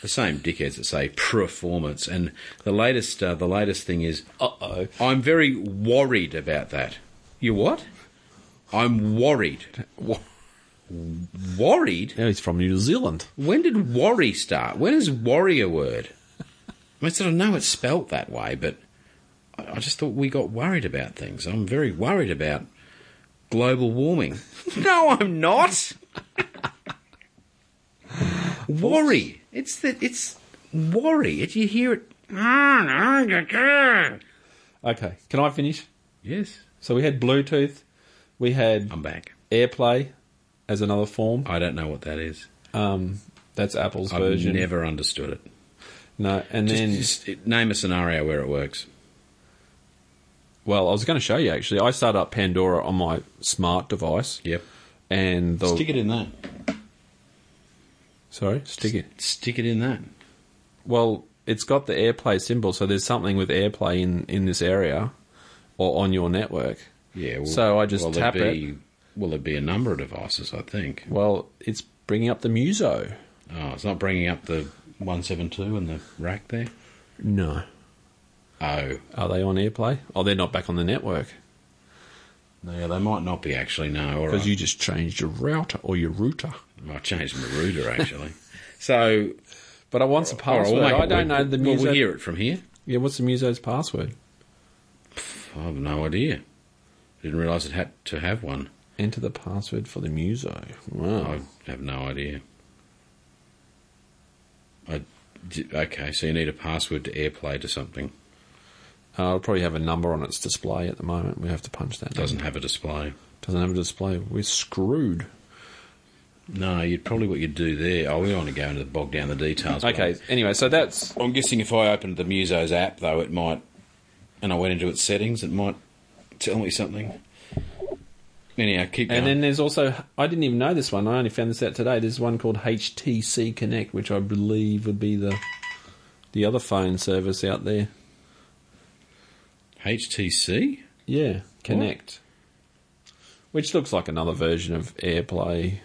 The same dickheads that say performance, and the latest, uh, the latest thing is,
Uh oh.
I'm very worried about that. You what? I'm worried. Worried?
Now he's from New Zealand.
When did worry start? When is worry a word? I mean, sort of know it's spelt that way, but I I just thought we got worried about things. I'm very worried about global warming. <laughs> no, I'm not. <laughs> worry. It's the it's worry. It, you hear it.
Okay, can I finish?
Yes,
So we had Bluetooth, we had
I'm back.
AirPlay as another form.
I don't know what that is.
Um, that's Apple's
I've
version.
never understood it.
no, and then
Just, just name a scenario where it works.
well, I was going to show you actually. I started up Pandora on my smart device.
Yep.
And the
Stick it in that.
sorry, stick it.
Stick it in that.
Well, it's got the AirPlay symbol, so there's something with AirPlay in in this area or on your network.
Yeah. Well,
So I just
will
tap
there be, Will there be a number of devices? I think.
Well, it's bringing up the Muso.
Oh, it's not bringing up the one seven two and the rack there.
No,
Oh,
are they on AirPlay? Oh, they're not back on the network
yeah, they might not be actually. No, all
because
right.
you just changed your router or your router.
I changed my router actually. <laughs> so
But I want the
all right,
password.
we'll make
I
it
don't
work.
know the
Well,
Muso.
we hear it from here.
Yeah, what's the Muso's password?
I have no idea. Didn't realise it had to have one.
Enter the password for the Muso.
I
Wow.
have no idea. I d okay, so you need a password to AirPlay to something.
Uh, I'll probably have a number on its display at the moment. We have to punch that. number.
Doesn't have a display.
doesn't have a display. We're screwed.
No, you'd probably what you'd do there. Oh, we don't want to go into the bog down the details. but
Okay. Anyway, so that's
I'm, I'm guessing if I opened the Musos app though, it might, and I went into its settings, it might tell me something. Anyhow, keep going.
And then there's also I didn't even know this one. I only found this out today. There's one called HTC Connect, which I believe would be the the other phone service out there.
HTC.
Yeah, Connect, which looks like another version of AirPlay.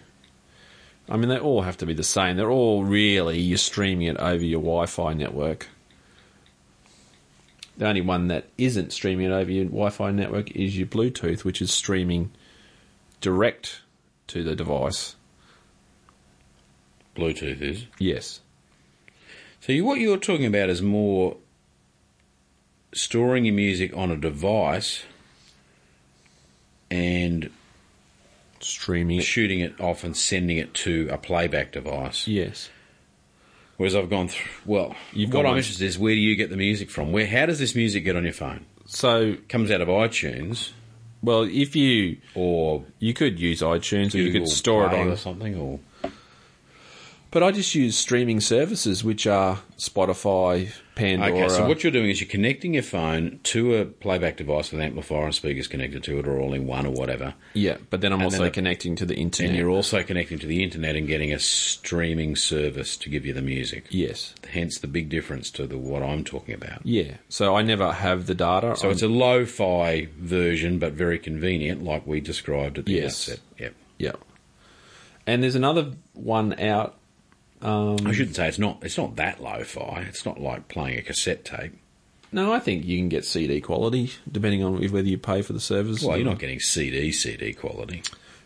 I mean, they all have to be the same. They're all really you're streaming it over your Wi-Fi network. The only one that isn't streaming it over your Wi-Fi network is your Bluetooth, which is streaming direct to the device.
Bluetooth is.
Yes.
So you, what you're talking about is more storing your music on a device and
streaming it.
shooting it off and sending it to a playback device.
Yes.
Whereas I've gone through. Well,
You've
what
gone
I'm
on-
interested is where do you get the music from? Where? How does this music get on your phone?
So,
comes out of iTunes
well, if you
or
you could use iTunes or you
Google
could store
Play
it
or
on,
something, or
but I just use streaming services, which are Spotify, Pandora.
okay. So what you're doing is you're connecting your phone to a playback device with an amplifier and speakers connected to it, or all in one, or whatever.
yeah, but then I'm also
then the-
connecting to the internet.
And you're also connecting to the internet and getting a streaming service to give you the music.
yes,
Hence the big difference to the what I'm talking about.
yeah. So I never have the data.
So it's a lo-fi version, but very convenient, like we described at the
Yes.
outset. Yep.
yeah. And there's another one out.
I shouldn't say it's not. It's not that lo-fi. It's not like playing a cassette tape.
No, I think you can get CD quality depending on whether you pay for the service.
Well,
or
you're not getting CD CD quality.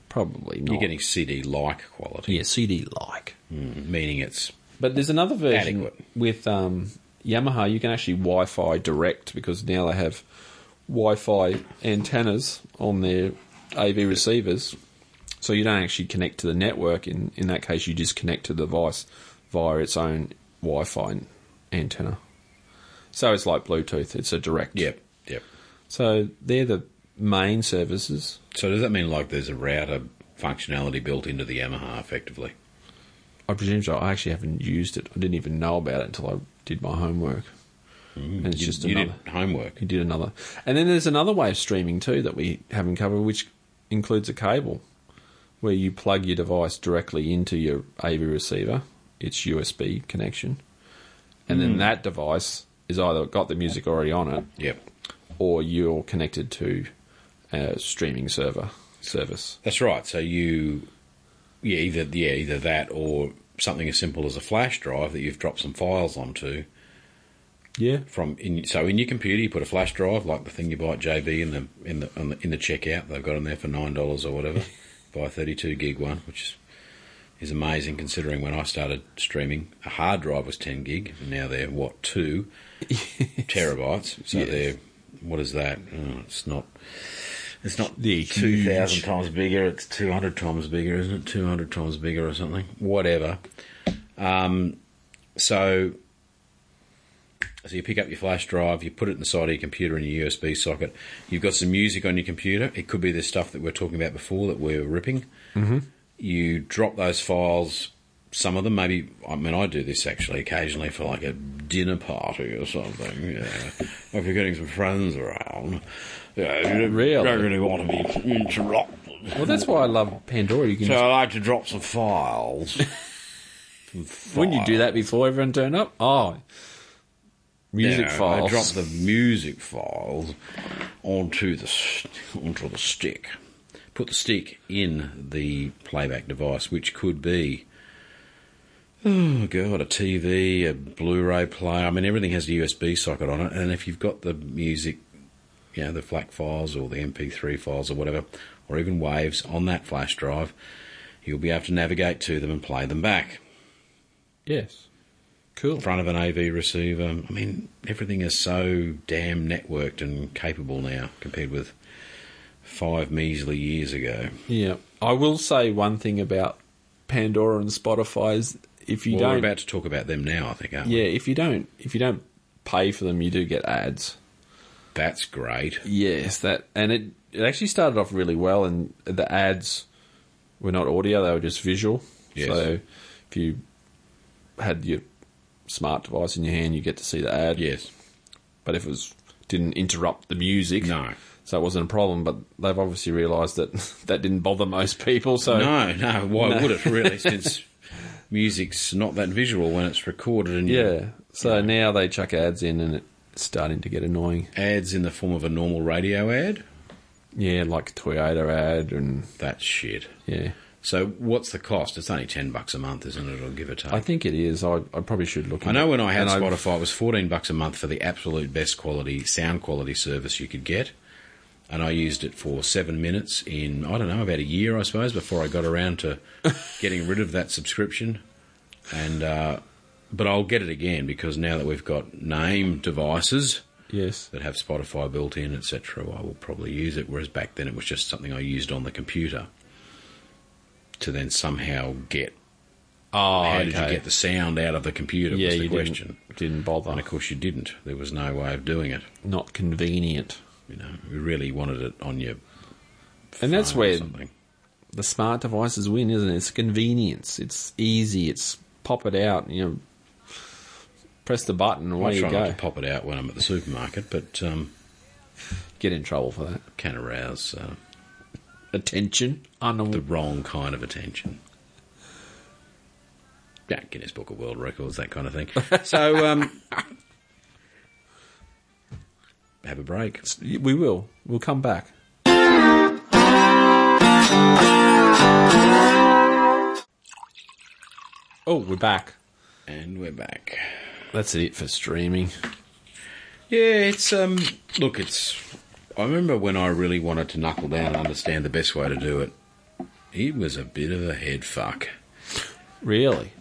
probably not.
You're getting CD like quality,
yeah CD like.
Mm, meaning it's
But there's another version
Adequate.
with um, Yamaha. You can actually Wi-Fi direct because now they have Wi-Fi antennas on their AV receivers, so you don't actually connect to the network. In in that case, you just connect to the device via its own Wi-Fi antenna. So it's like Bluetooth. It's a direct.
yep yep.
So they're the main services.
So does that mean like there's a router functionality built into the Yamaha effectively?
I presume so. I actually haven't used it. I didn't even know about it until I did my homework. and it's
you,
just
you
another.
did homework.
You did another, and then there's another way of streaming too that we haven't covered, which includes a cable, where you plug your device directly into your AV receiver, its USB connection, and
Hmm.
then that device is either got the music already on it,
Yep.
or you're connected to a streaming server service.
That's right. So you, yeah, either yeah, either that or something as simple as a flash drive that you've dropped some files onto
Yeah,
from. In, so in your computer, you put a flash drive like the thing you buy at JB in the in the, on the in the checkout. They've got them there for nine dollars
<laughs>
or whatever. buy a thirty-two gig one, which is amazing considering when I started streaming, a hard drive was ten gig, and now they're
<laughs>
what two terabytes. So
Yes.
they're what is that? Oh, it's not. It's not
They're
two thousand
huge.
times bigger. It's two hundred times bigger, isn't it? Two hundred times bigger or something. Whatever. Um, so, so you pick up your flash drive, you put it inside your computer in your USB socket. You've got some music on your computer. It could be the stuff that we are talking about before that we were ripping. Mm-hmm. You drop those files. Some of them, maybe. I mean, I do this actually occasionally for like a dinner party or something. Yeah, <laughs> if you're getting some friends around, yeah, you don't-
Really?
don't really want to be interrupted.
well that's why I love Pandora. You can
<laughs> So I like to drop some files.
just, wouldn't
uh,
you do that before everyone turned up? Oh, music
Yeah, I
files.
drop the music files onto the st- onto the stick. Put the stick in the playback device, which could be oh god, a TV, a Blu-ray player. I mean, everything has a USB socket on it, and if you've got the music, you know, the FLAC files or the MP3 files or whatever, or even waves on that flash drive, you'll be able to navigate to them and play them back
yes, cool.
front of an AV receiver. I mean, everything is so damn networked and capable now compared with five measly years ago.
Yeah, I will say one thing about Pandora and Spotify is if you
well, we're
don't,
about to talk about them now, I think, aren't we?
yeah, if you don't, if you don't pay for them, you do get ads.
That's great.
Yes, that and it it actually started off really well, and the ads were not audio; they were just visual.
Yes.
So if you had your smart device in your hand, you get to see the ad.
Yes.
but if it was didn't interrupt the music,
No.
So it wasn't a problem, but they've obviously realised that <laughs> that didn't bother most people. So
No, no, why
No.
would
<laughs>
it really, since music's not that visual when it's recorded and you-
Yeah. So now they chuck ads in and it's starting to get annoying.
ads in the form of a normal radio ad?
Yeah, like Toyota ad and
That's shit.
yeah.
So what's the cost? It's only 10 bucks a month, isn't it, or give or take?
I think it is. I, I probably should look.
I know when I had
and
Spotify, it was fourteen bucks a month for the absolute best quality sound quality service you could get, and I used it for seven minutes in I don't know about a year, I suppose, before I got
<laughs>
around to getting rid of that subscription. And uh, but I'll get it again because now that we've got name devices
Yes.
that have Spotify built in, etc., I will probably use it. Whereas back then it was just something I used on the computer to then somehow get.
Oh,
How
okay.
did you get the sound out of the computer?
yeah,
was the
you
question.
didn't, didn't bother.
And of course, you didn't. There was no way of doing it.
Not convenient.
You know, we really wanted it on your.
And that's
phone or
where
something.
the smart devices win, isn't it? It's convenience. It's easy. It's pop it out. You know, press the button and away
I
you
try not
go.
to pop it out when I'm at the supermarket, but um,
Get in trouble for that.
can arouse uh,
Attention. Unaw-
the wrong kind of attention. Yeah, Guinness Book of World Records, that kind
<laughs>
of thing. So, um, have a break.
we will. We'll come back. Oh, we're back.
And we're back.
That's it for streaming.
Yeah, it's um. Look, it's. I remember when I really wanted to knuckle down and understand the best way to do it. It was a bit of a head fuck.
Really?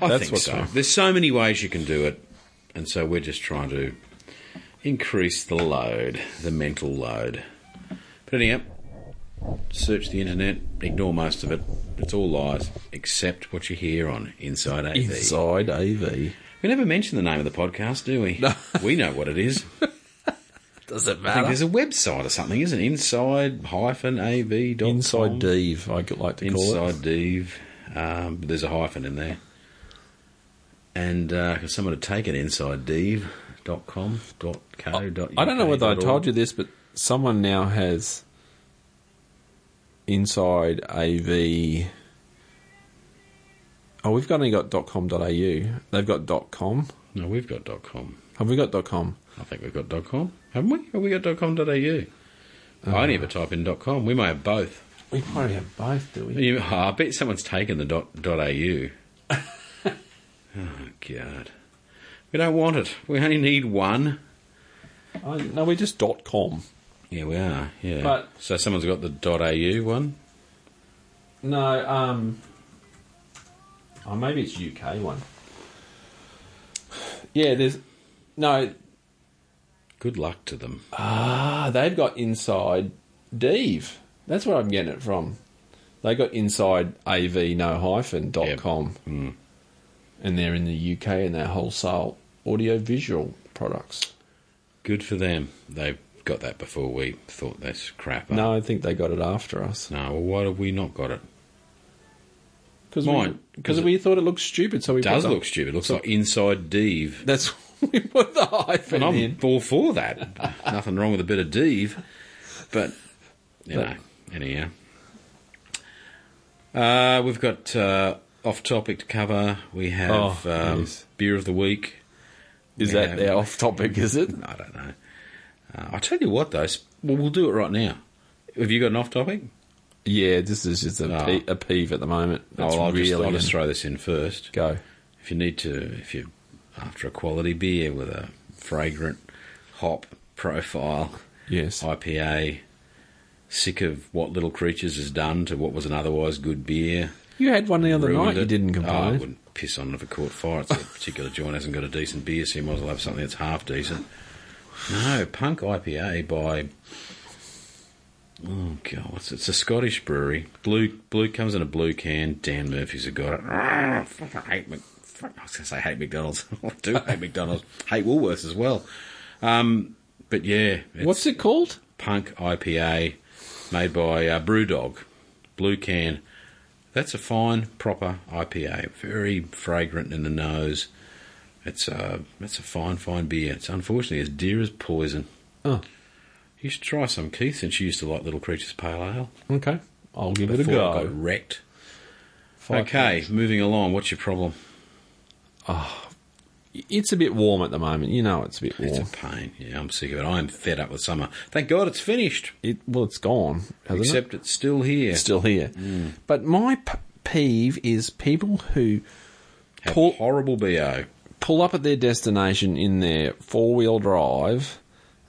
I
That's
think
what's
so.
wrong.
There's so many ways you can do it, and so we're just trying to increase the load, the mental load. But anyhow, search the internet, ignore most of it. It's all lies, except what you hear on Inside AV.
Inside AV.
We never mention the name of the podcast, do we? we know what it is.
doesn't
I think
matter.
there's a website or something, isn't it? Inside hyphen av dot
Inside Dave, I could like to call it.
Inside Div. Um, there's a hyphen in there. And uh, someone had taken inside div dot com dot co dot
I don't know
UK
whether I
dot
told
org.
you this, but someone now has inside AV. Oh, we've only got .com.au. They've got dot .com.
No, we've got dot com.
Have we got dot .com?
I think we've got dot com, haven't we? Have we got dot com dot au? I only ever
Uh.
type in dot com. We may have both.
We probably have both, do we?
You, <laughs> I bet someone's taken the dot, dot
<laughs>
au. oh god, we don't want it. We only need one.
I, no, we're just dot .com.
Yeah, we are. Yeah.
But-
so someone's got the dot au one.
No, um... Oh, maybe it's UK one. Yeah, there's... No,
Good luck to them.
Ah, they've got inside Dave. That's where I'm getting it from. They got inside AV no hyphen dot
Yep.
com, and they're in the UK and they're wholesale audio visual products.
Good for them. They've got that before we thought that's crap.
No, I think they got it after us
No, well, why have we not got it?
because
Mine,
we, 'cause we thought it looked stupid, so we
It does
put the-
look stupid. It looks like inside Div.
That's <laughs> we put the hyphen
And I'm
in.
all for that. <laughs> Nothing wrong with a bit of Div. But, you know, anyhow. Uh, we've got uh, off topic to cover. We have
Oh,
um,
yes.
beer of the week.
Is
Yeah.
that their off topic? Is it?
I don't know. Uh, I tell you what, though. s- Well, we'll do it right now. Have you got an off topic?
Yeah, this is just a,
Oh.
pe- a peeve at the moment. Ah. That's
I'll, I'll
really
just, I'll just
in-
throw this in first.
go.
If you need to, if you're after a quality beer with a fragrant hop profile,
Yes,
IPA, sick of what Little Creatures has done to what was an otherwise good beer.
you had one the other
ruined
night. You
it.
didn't
Oh, I
complain.
wouldn't piss on it if it caught
<laughs>
fire. It's a particular joint hasn't got a decent beer, so you might as well have something that's half decent. No, Punk IPA by. Oh god, what's it? It's a Scottish brewery. Blue, blue comes in a blue can. Dan Murphy's have got it. Arrgh, fucking hate Mc. Fuck, I was going to say hate McDonald's. <laughs> I do hate McDonald's. Hate Woolworths as well. Um, but yeah, it's
What's it called?
Punk IPA made by uh, Brewdog, blue can. That's a fine, proper IPA. Very fragrant in the nose. It's a it's a fine, fine beer. It's unfortunately as dear as poison.
Oh,
You should try some, Keith, since you used to like Little Creatures Pale Ale.
Oh, okay. I'll give it a
Before
go.
I got wrecked.
Five
okay,
minutes.
moving along. What's your problem?
It's a bit warm at the moment. You know, it's a bit warm.
It's a pain. Yeah, I'm sick of it. I am fed up with summer. Thank God it's finished.
it, well, it's gone. Hasn't it?
Except it's still here.
It's still here. But my p- peeve is people who
Have
Paul-
horrible bo.
pull up at their destination in their four wheel drive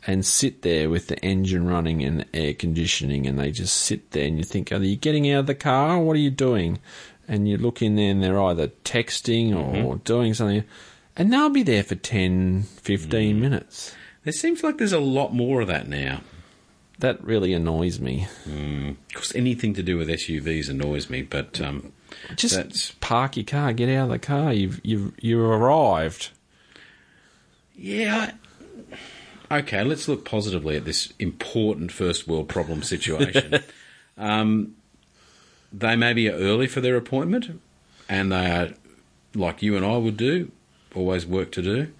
and sit there with the engine running and the air conditioning, and they just sit there. And you think, are you getting out of the car? What are you doing? And you look in there, and they're either texting
Mm-hmm.
or doing something, and they'll be there for 10, 15
Mm.
minutes.
There seems like there's a lot more of that now.
That really annoys me.
Of course, anything to do with SUVs annoys me, but um,
Just
That's-
park your car, get out of the car. You've you've you arrived.
yeah. I- okay, let's look positively at this important first world problem situation.
<laughs>
um, they may be early for their appointment, and they are, like you and I would do, always work to do.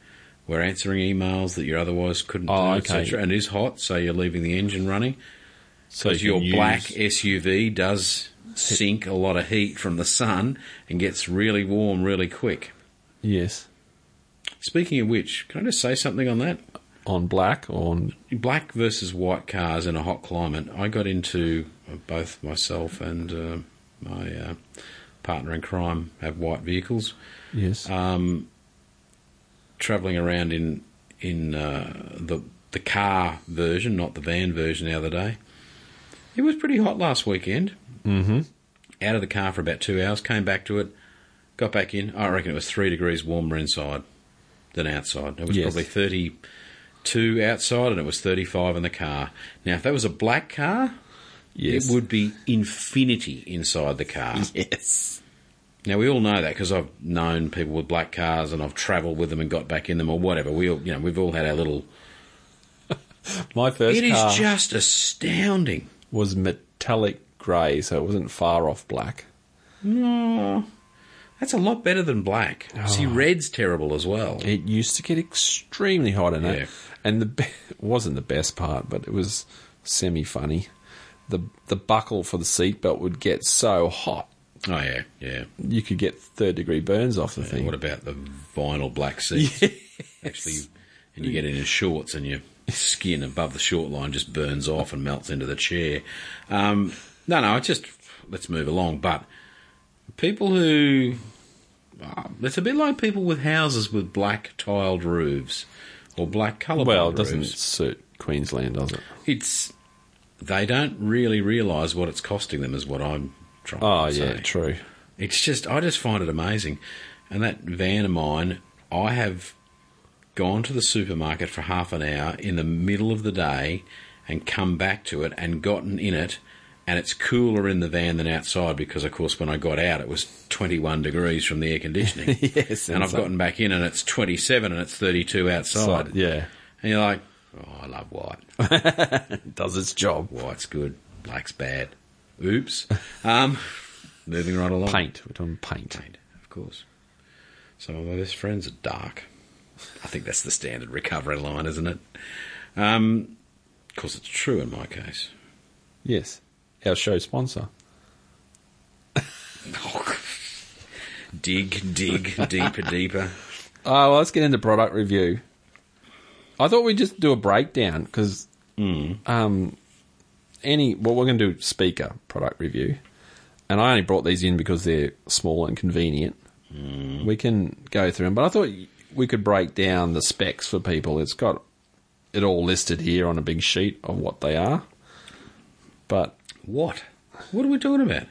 We're answering emails that you otherwise couldn't
Oh,
do,
okay.
etc. And it is hot, so you're leaving the engine running.
So
Because your black SUV does sink a lot of heat from the sun and gets really warm really quick.
yes
Speaking of which, can I just say something on that?
on black or on
Black versus white cars in a hot climate. I got into uh, both myself and uh, my uh, partner in crime have white vehicles.
yes
Uh, traveling around in in uh, the the car version, not the van version, the other day. It was pretty hot last weekend. Mm-hmm. Out of the car for about two hours, came back to it, got back in. I reckon it was three degrees warmer inside than outside. It was
Yes.
probably thirty-two outside, and it was thirty-five in the car. Now, if that was a black car,
yes
it would <laughs> be infinity inside the car.
yes
Now we all know that because I've known people with black cars and I've travelled with them and got back in them or whatever. We all, you know, we've all had our little
My first
It is
car
just astounding.
was metallic grey, so it wasn't far off black.
No. That's a lot better than black. See, red's terrible as well.
It used to get extremely hot in
Yeah.
it, and the be- <laughs> it wasn't the best part, but it was semi funny. The the buckle for the seatbelt would get so hot
Oh, yeah, yeah.
you could get third degree burns off the
And
thing.
what about the vinyl
<laughs>
black seats? Actually, and you get in your shorts and your skin above the short line just burns off and melts into the chair. Um, no, no, it's just let's move along. But people who. ah, It's a bit like people with houses with black tiled roofs or black colour.
well, it
blind
doesn't
roofs.
suit Queensland, does it?
It's they don't really realise what it's costing them, is what I'm trying
Oh
to
yeah,
say. <laughs>
true. <laughs>
It's just, I just find it amazing. And that van of mine, I have gone to the supermarket for half an hour in the middle of the day and come back to it and gotten in it. And it's cooler in the van than outside because, of course, when I got out, it was 21 degrees from the
<laughs>
air conditioning.
Yes,
And I've gotten back in and it's 27 and it's 32 outside.
yeah,
And you're like, oh, I love white.
it does its job.
White's good, black's bad. Oops. Um, moving right along.
Paint, we're talking paint.
Paint, of course. Some of my best friends are dark. I think that's the standard recovery line, isn't it? Um, of course, it's true in my case.
Yes, our show sponsor. <laughs>
Dig, dig, deeper, deeper.
Oh, well, let's get into product review. I thought we'd just do a breakdown because um, any well, we're going to do speaker product review, and I only brought these in because they're small and convenient. We can go through them, but I thought we could break down the specs for people. It's got it all listed here on a big sheet of what they are. But
What? What are we talking about?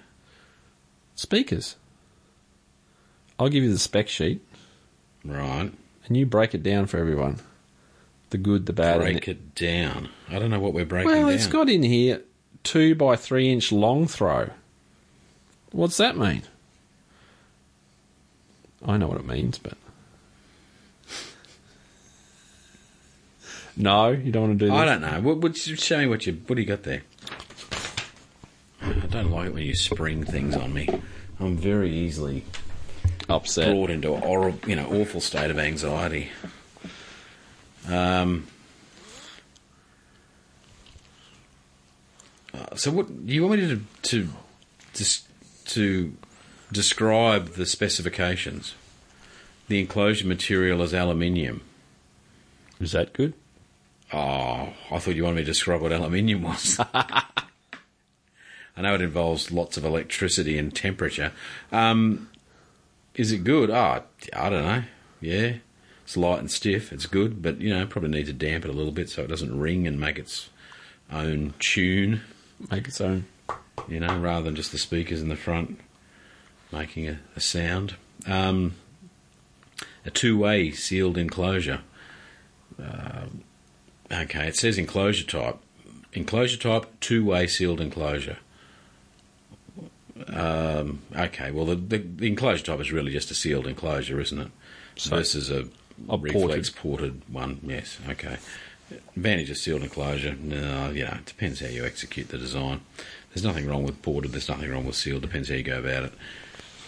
speakers, I'll give you the spec sheet,
Right.
and you break it down for everyone. The good, the bad, Uh, and the
Break it down. I don't know what we're breaking
Well,
down.
it's got in here two by three inch long throw. What's that mean? I know what it means, but no, you don't want to do
I
that.
don't know. What, what, show me what you what do you got there? I don't like it when you spring things on me. I'm very easily
Upset.
brought into a horrible, you know, awful state of anxiety. Um, uh, so what you want me to to dis- to describe the specifications? The enclosure material is aluminium.
Is that good?
Oh, I thought you wanted me to describe what aluminium was. <laughs> I know it involves lots of electricity and temperature. Um, is it good? Oh, I don't know. Yeah. It's light and stiff. It's good, but, you know, probably need to damp it a little bit so it doesn't ring and make its own tune,
Make its own.
you know, rather than just the speakers in the front making a, a sound. Um, a two way sealed enclosure. Okay, it says enclosure type. Enclosure type, two way sealed enclosure. Um, okay, well, the, the, the enclosure type is really just a sealed enclosure, isn't it?
So-
Versus a,
A
reflex ported. one, yes, okay. Advantage of sealed enclosure, no, you know, it depends how you execute the design. There's nothing wrong with ported, there's nothing wrong with sealed, depends how you go about it.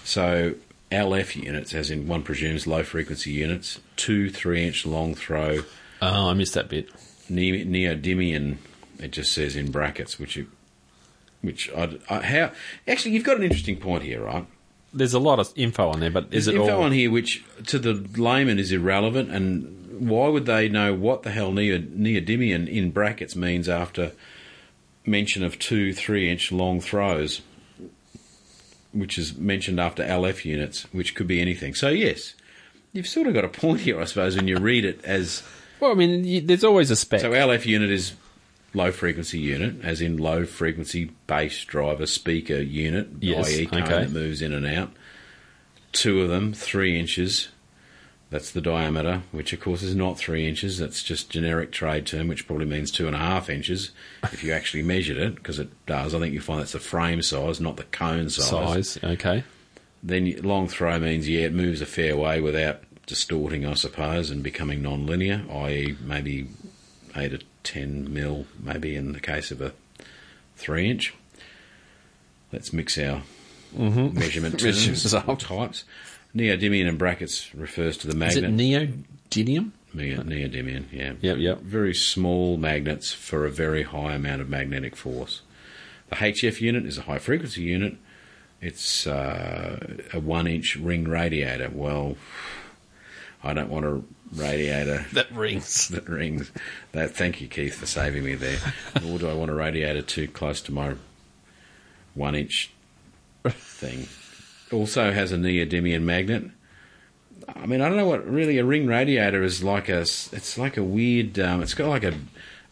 So LF units, as in one presumes low frequency units, two three inch long throw
Oh, I missed that bit.
Ne- neodymium. It just says in brackets, which you, which I, I how actually you've got an interesting point here, right?
There's a lot of info on there, but is it
There's info
all?
on here which to the layman is irrelevant, and why would they know what the hell neo, neodymium in brackets means after mention of two three-inch long throws, which is mentioned after LF units, which could be anything. So yes, you've sort of got a point here, I suppose, when you read it as.
well, I mean, you, there's always a spec.
So LF unit is low frequency unit, as in low frequency bass driver speaker unit,
Yes,
i.e. cone
okay.
that moves in and out. Two of them, three inches. That's the diameter, which of course is not three inches. That's just generic trade term, which probably means two and a half inches if you actually measured it, because it does. I think you find that's the frame size, not the cone
size, okay.
then y- long throw means yeah, it moves a fair way without distorting, I suppose, and becoming non-linear, i.e., maybe eight or ten mil, maybe in the case of a three inch. Let's mix our measurement
Mm-hmm. <laughs> Measures
terms,
up.
types. Neodymium in brackets refers to the
Is it
magnet.
neodymium?
Ne- neodymium, yeah.
Yep, yep.
Very small magnets for a very high amount of magnetic force. The HF unit is a high frequency unit. It's uh, a one inch ring radiator. Well, I don't want a radiator
That rings.
that rings. That, thank you, Keith, for saving me there. Nor do I want a radiator too close to my one inch thing. Also has a neodymium magnet. I mean, I don't know what really a ring radiator is like. A s- it's like a weird. Um, it's got like a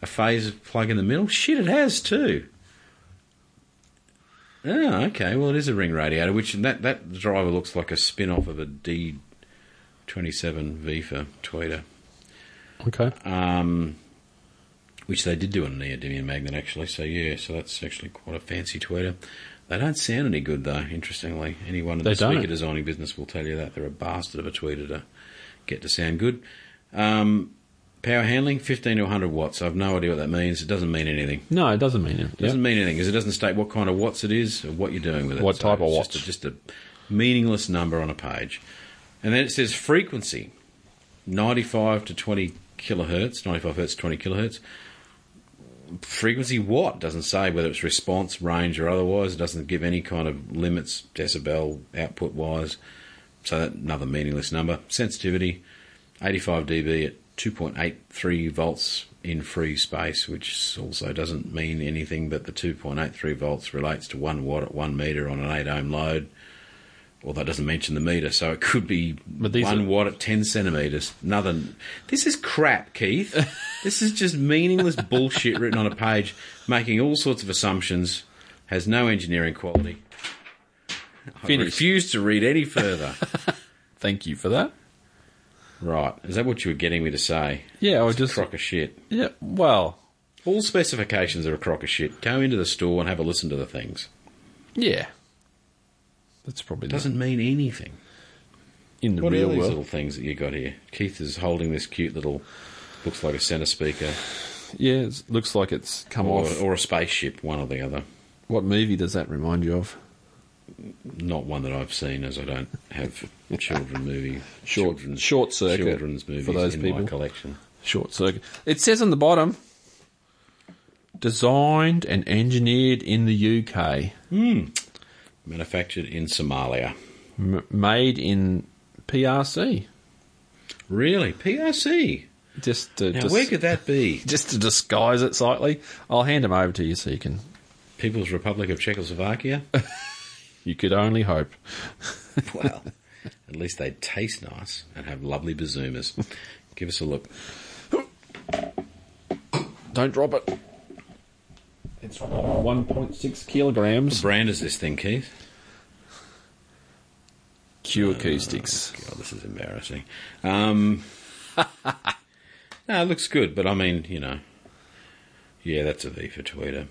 a phase plug in the middle. Shit, it has too. Oh, okay. Well, it is a ring radiator, which that that driver looks like a spin off of a D twenty seven Vifa tweeter
Okay.
which they did do on a neodymium magnet actually. So yeah, so that's actually quite a fancy tweeter. They don't sound any good though. Interestingly, anyone in
They
the speaker
don't.
designing business will tell you that they're a bastard of a tweeter to get to sound good. Um, power handling, fifteen to one hundred watts. I've no idea what that means. It doesn't mean anything.
no, it doesn't mean it.
It doesn't mean anything because it doesn't state what kind of watts it is or what you're doing with it.
What type of
it's
watts.
Just a, just a meaningless number on a page. And then it says frequency 95 to 20 kilohertz, 95 hertz, 20 kilohertz. Frequency what? Doesn't say whether it's response, range, or otherwise. It doesn't give any kind of limits, decibel, output wise. So that another meaningless number. Sensitivity 85 dB at 2.83 volts in free space, which also doesn't mean anything, but the 2.83 volts relates to 1 watt at 1 meter on an 8 ohm load. Although it doesn't mention the meter, so it could be
But these
1
are-
watt at 10 centimeters. Another. This is
<laughs>
crap, Keith. this is just meaningless bullshit written on a page, making all sorts of assumptions, has no engineering quality. I
Finished.
refuse to read any further. <laughs>
Thank you for that.
right. Is that what you were getting me to say?
Yeah, I was just.
Crock of shit.
Yeah, well,
All specifications are a crock of shit. Go into the store and have a listen to the things.
yeah. That's probably
It
not
doesn't mean anything.
in the
What are
real
these
world.
little things that you got here? Keith is holding this cute little, looks like a centre speaker
Yeah, it looks like it's come
or,
off.
or a spaceship, one or the other.
What movie does that remind you of?
Not one that I've seen, as I don't have children movie,
Short-
children's,
Short Circuit
children's movies
for those
in my
people.
collection.
Short Circuit. It says on the bottom, designed and engineered in the UK,
Manufactured in Somalia.
m- made in PRC.
Really, PRC.
Just to,
Now,
just,
where could that be?
just to disguise it slightly, I'll hand them over to you so you can.
People's Republic of
<laughs>
Czechoslovakia.
You could only hope.
Well, at least they taste nice and have lovely bazoomas. Give us a look.
Don't drop it. It's 1.6 kilograms.
Brand is this thing, Keith?
Q acoustics.
God, this is embarrassing. Um, <laughs> no, it looks good, but I mean, you know, yeah, that's a V for Twitter.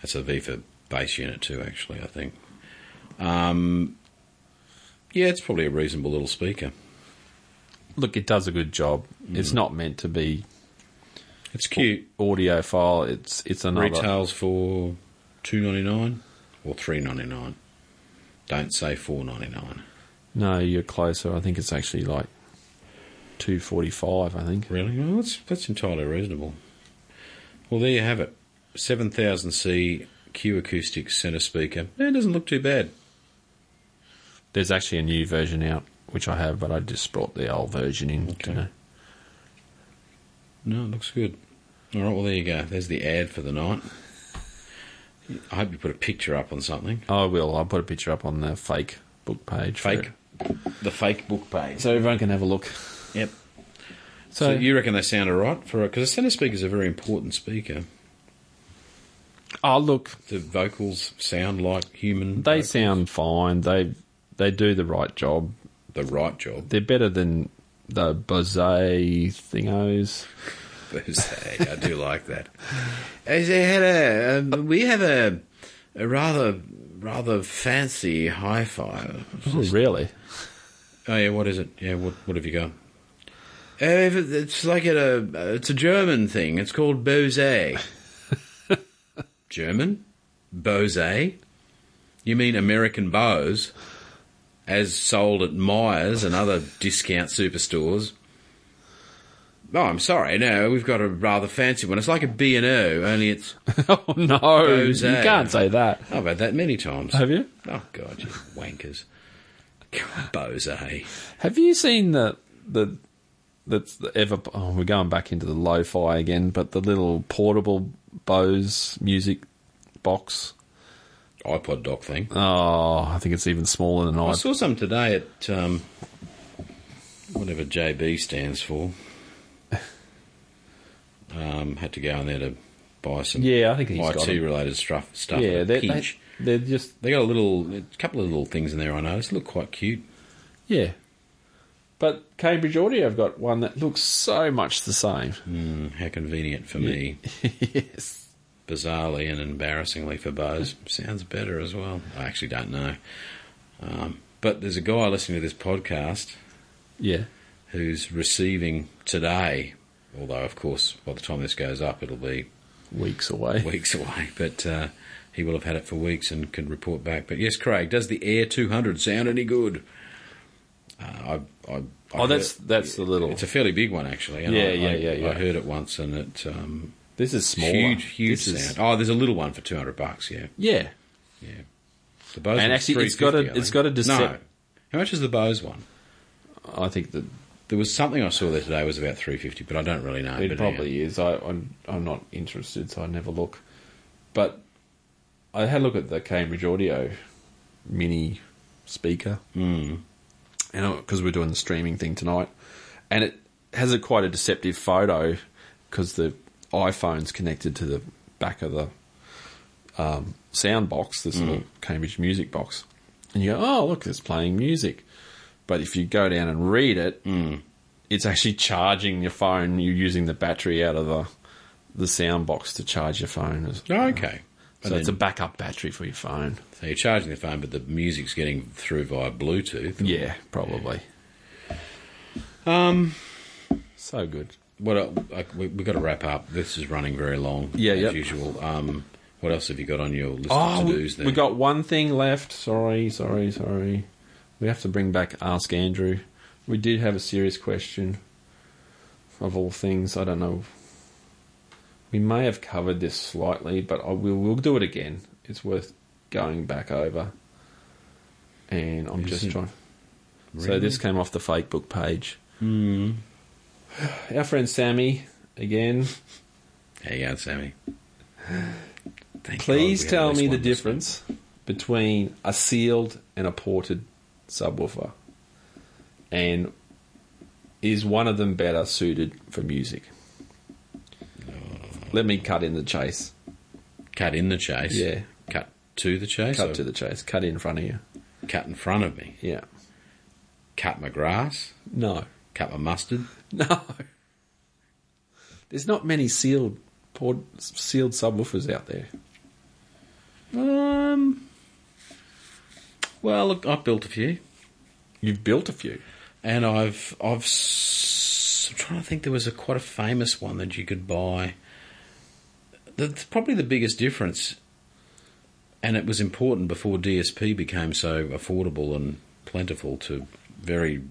That's a V for base unit too, actually. I think. Um, yeah, it's probably a reasonable little speaker.
Look, it does a good job.
Mm.
It's not meant to be
It's cute.
audio file. It's it's another.
Retails for two ninety nine or three ninety nine. Don't say four ninety nine.
No, you're closer. I think it's actually like two forty five. I think.
Really? Well, that's that's entirely reasonable. Well, there you have it. Seven thousand C Q acoustic center speaker. Eh, It doesn't look too bad.
There's actually a new version out, which I have, but I just brought the old version in.
Okay.
You know.
No, it looks good. All right. Well, there you go. There's the ad for the night. I hope you put a picture up on something.
I will. I'll put a picture up on the fake book page. for
Fake,
it.
the fake book page.
so everyone can have a look.
Yep. So,
So,
you reckon they sound all right for because a center speaker is a very important speaker.
oh look,
The vocals sound like human.
they
voc-
sound fine. They they do the right job.
the right job.
They're better than the Bose thingos.
Thursday. I do like that. As they had a, um, we have a, a rather rather fancy hi-fi.
Oh, really?
Oh yeah, what is it? Yeah, what what have you got? Uh, if it- it's like at a, uh, it's a German thing. It's called
<laughs>
Bose. German? Bose? You mean American Bose, as sold at Myers and other discount superstores? Oh, I'm sorry. No, we've got a rather fancy one. It's like a B&O, only it's...
<laughs> oh no,
Bose.
you can't say that.
I've had that many times.
Have you?
Oh, God, you wankers. God, Bose.
Have you seen the the that's the ever? Oh, we're going back into the lo-fi again, but the little portable Bose music box.
iPod dock thing.
Oh, I think it's even smaller than
I
I.
saw some today at um, whatever JB stands for.
<laughs>
Um, had to go in there to buy some
Yeah, I think he's got
IT
'em.
related stuff. stuff
Yeah,
yeah,
they're,
they,
they,
pinch.
they're just
They, got a little, a couple of little things in there. I noticed look quite cute.
yeah. But Cambridge Audio have got one that looks so much the
<laughs>
same.
Mm, how convenient for me,
<laughs> yes.
bizarrely and embarrassingly for Bose. Sounds better as well. I actually don't know. Um, but there's a guy listening to this podcast
Yeah.
who's receiving today. Although, of course, by the time this goes up, it'll be <laughs>
Weeks away.
weeks away, but uh, he will have had it for weeks and can report back. But yes, Craig, does the Air 200 sound any good? Uh, I, I, I
Oh, that's
heard-
that's the little.
it's a fairly big one actually. and
Yeah,
I,
yeah,
I-
yeah,
I
yeah.
heard it once, and it um,
this is smaller.
huge, huge
This is-
sound. Oh, there's a little one for 200 bucks. Yeah,
yeah.
yeah. The Bose
And
one's
actually, it's got a-
350, I
it's
think.
got a decep-
no. How much is the Bose one?
I think that
There was something I saw there today was about 350, but I don't really know.
It
but
probably is. I, I'm, I'm not interested, so I never look. But I had a look at the Cambridge Audio mini speaker, mm. and because we're doing the streaming thing tonight, and it has a quite a deceptive photo because the iPhone's connected to the back of the um, sound box, this little Cambridge music box, and you go, "Oh, look, it's playing music." But if you go down and read it, it's actually charging your phone. You're using the battery out of the the sound box to charge your phone. It's-
Yeah. Oh, Okay.
So it's a backup battery for your phone.
So you're charging the phone, but the music's getting through via Bluetooth.
Yeah, probably. Um, so good.
What el- like, we, we've got to wrap up. This is running very long,
Yeah,
as
yep.
usual. Um, what else have you got on your list
Oh,
of
we,
to-dos there?
we got one thing left. Sorry, sorry, sorry. We have to bring back Ask Andrew. We did have a serious question. Of all things, I don't know. We may have covered this slightly, but I will we'll do it again. It's worth going back over. And I'm
Is
just
it?
trying. So this came off the fake book page.
Hmm.
Our friend Sammy again.
How you going, Sammy? Thank
Please
God we had
tell
at least
me the
one listener.
difference between a sealed and a ported subwoofer. And is one of them better suited for music? Let me cut in the chase.
Cut in the chase.
Yeah.
Cut to the chase.
Cut
or
to the chase. Cut in front of you.
cut in front of me.
Yeah.
Cut my grass.
No. <laughs>
Cut my mustard.
No. There's not many sealed port, sealed subwoofers out there.
Um. Well, look, I've built a few.
You've built a few.
and I've I've s- I'm trying to think there was a quite a famous one that you could buy. The, the- probably the biggest difference, and it was important before DSP became so affordable and plentiful to very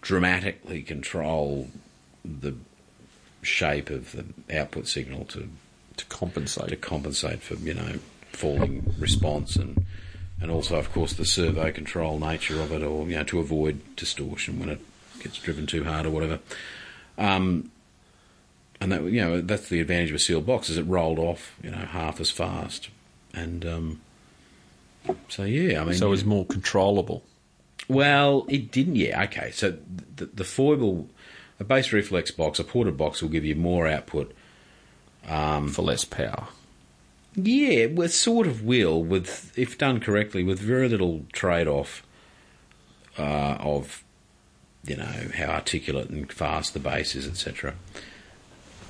dramatically control the shape of the output signal to
To compensate.
to compensate for you know falling response and and also of course the servo control nature of it or you know to avoid distortion when it gets driven too hard or whatever um and that you know that's the advantage of a sealed box is it rolled off you know half as fast and um so yeah i mean
so it's more controllable.
well, it didn't. Yeah, okay. So the, the foible, a base reflex box, a ported box will give you more output
for less power.
Yeah, well, sort of will with if done correctly, with very little trade-off uh, of you know how articulate and fast the bass is, etc.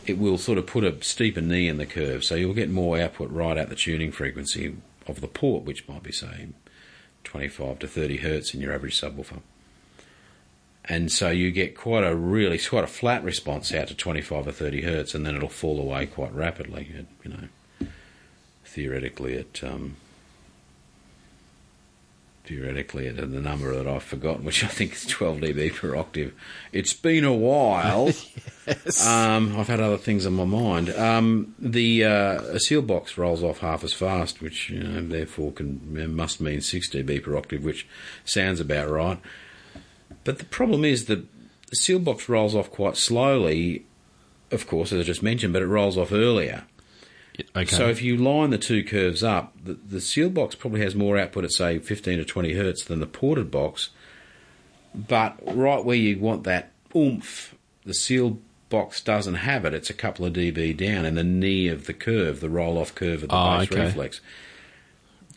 It will sort of put a steeper knee in the curve, so you'll get more output right at the tuning frequency of the port, which might be say 25 to 30 hertz in your average subwoofer. and so you get quite a really it's quite a flat response out to 25 or 30 hertz, and then it'll fall away quite rapidly. It, you know, theoretically, it um, theoretically at the number that I've forgotten, which I think is 12 dB per octave. It's been a while. um, I've had other things on my mind. Um, the uh, a seal box rolls off half as fast, which you know, therefore can must mean 6 dB per octave, which sounds about right. But the problem is that the seal box rolls off quite slowly, of course, as I just mentioned, but it rolls off earlier.
Okay.
So if you line the two curves up, the, the sealed box probably has more output at say 15 to 20 hertz than the ported box. But right where you want that oomph, the sealed box doesn't have it. It's a couple of dB down in the knee of the curve, the roll off curve of the
Ah,
bass
okay.
reflex.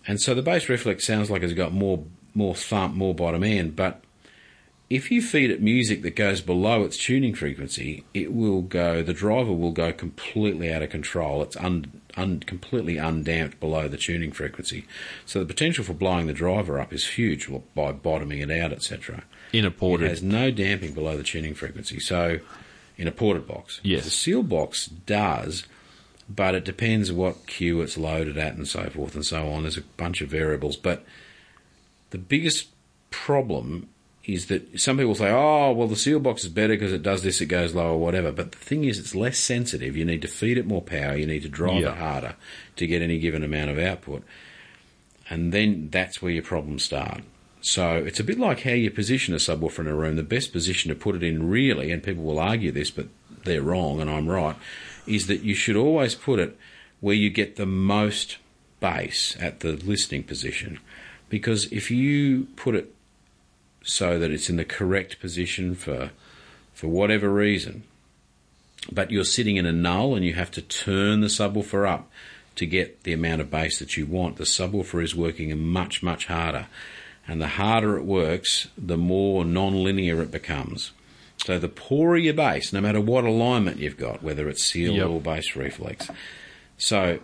And so the bass reflex sounds like it's got more more thump, more bottom end, but if you feed it music that goes below its tuning frequency, it will go. The driver will go completely out of control. It's un, un, completely undamped below the tuning frequency, so the potential for blowing the driver up is huge well, by bottoming it out, etc.
in a
It
ported.
has no damping below the tuning frequency. So, in a ported box,
Yes.
the sealed box does, but it depends what cue it's loaded at and so forth and so on. There's a bunch of variables, but the biggest problem is that some people say, "Oh, well, the seal box is better because it does this, it goes lower, whatever." But the thing is, it's less sensitive. You need to feed it more power. You need to drive
Yeah.
it harder to get any given amount of output, and then that's where your problems start. So it's a bit like how you position a subwoofer in a room. The best position to put it in, really, and people will argue this, but they're wrong and I'm right, is that you should always put it where you get the most bass at the listening position. Because if you put it so that it's in the correct position for for whatever reason, but you're sitting in a null and you have to turn the subwoofer up to get the amount of bass that you want. The subwoofer is working much, much harder. And the harder it works, the more non-linear it becomes. So the poorer your bass, no matter what alignment you've got, whether it's sealed
Yep.
or bass reflex. So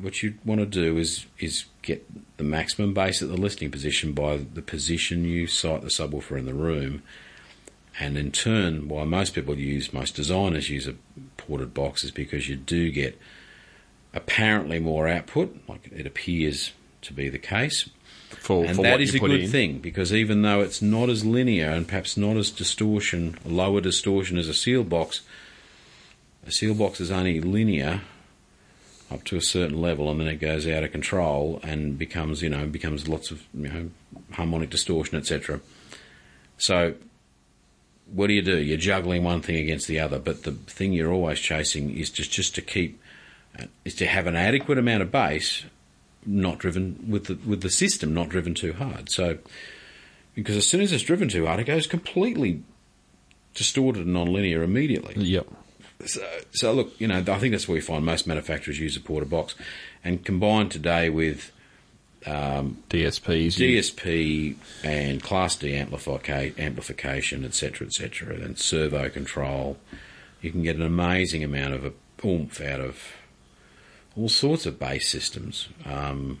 what you want to do is is get the maximum bass at the listening position by the position you sight the subwoofer in the room, and in turn, why most people use most designers use a ported box is because you do get apparently more output, like it appears to be the case,
for,
and
for
that
what
is
you
a
put
good
in.
thing because even though it's not as linear and perhaps not as distortion, lower distortion as a seal box, a seal box is only linear up to a certain level, and then it goes out of control and becomes, you know, becomes lots of you know harmonic distortion, etc. So, what do you do? You're juggling one thing against the other, but the thing you're always chasing is just just to keep uh, is to have an adequate amount of bass not driven with the with the system not driven too hard. So because as soon as it's driven too hard, it goes completely distorted and nonlinear immediately.
Yep.
So, so look, you know, I think that's where we find most manufacturers use a porter box, and combined today with
DSPs.
DSP and Class D amplifica- amplification, etc., etc., and servo control, you can get an amazing amount of oomph out of all sorts of bass systems. Um,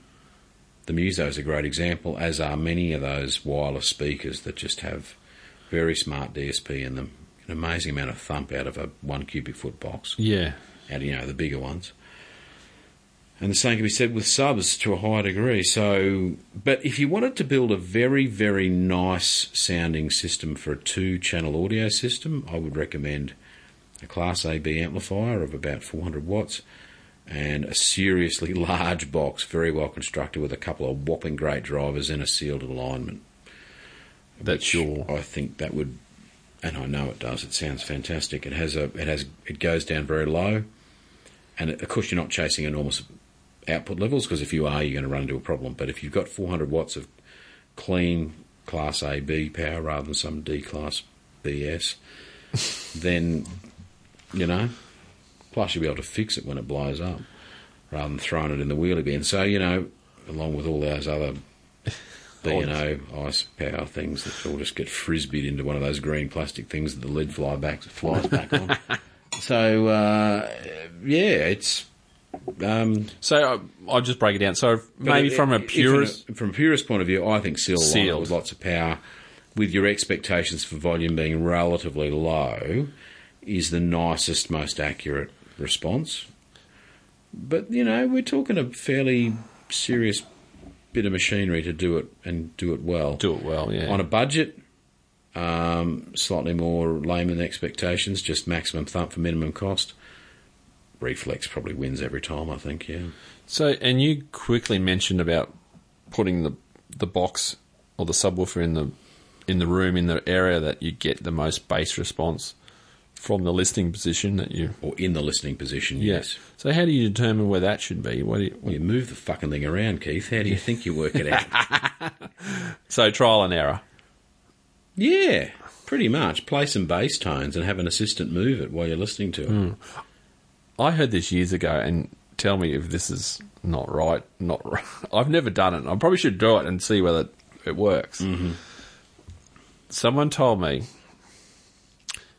the Muso is a great example, as are many of those wireless speakers that just have very smart DSP in them. An amazing amount of thump out of a one cubic foot box
yeah.
and you know the bigger ones. And the same can be said with subs to a higher degree. So, but if you wanted to build a very, very nice sounding system for a two-channel audio system, I would recommend a Class AB amplifier of about 400 watts and a seriously <laughs> large box, very well constructed, with a couple of whopping great drivers and a sealed alignment.
That's
Sure,
your.
I think that would, and I know it does. It sounds fantastic. It has a, it has, it goes down very low, and of course you're not chasing enormous output levels because if you are, you're going to run into a problem. But if you've got 400 watts of clean Class A B power rather than some D Class BS, <laughs> then you know, plus you'll be able to fix it when it blows up rather than throwing it in the wheelie bin. So you know, along with all those other B and O ice power things that all just get frisbeed into one of those green plastic things that the lead fly back flies back on. So uh, yeah, it's um,
So I, I'll just break it down. So maybe
but
from a
if- if
purist.
from a purist point of view, I think seal alignment
Sealed.
with lots of power with your expectations for volume being relatively low, is the nicest, most accurate response. But, you know, we're talking a fairly serious bit of machinery to do it and do it well.
Do it well, yeah.
On a budget, um, slightly more layman expectations, just maximum thump for minimum cost. Reflex probably wins every time, I think, yeah.
So, and you quickly mentioned about putting the the box or the subwoofer in the in the room in the area that you get the most bass response from the listening position that you.
Or in the listening position, yes.
Yes. So, how do you determine where that should be? What do you,
You move the fucking thing around, Keith. How do you think you work it out?
so trial and error.
<laughs> yeah, pretty much. Play some bass tones and have an assistant move it while you're listening to it.
I heard this years ago, and tell me if this is not right. Not <laughs> right. I've never done it. I probably should do it and see whether it works.
Mm-hmm.
Someone told me.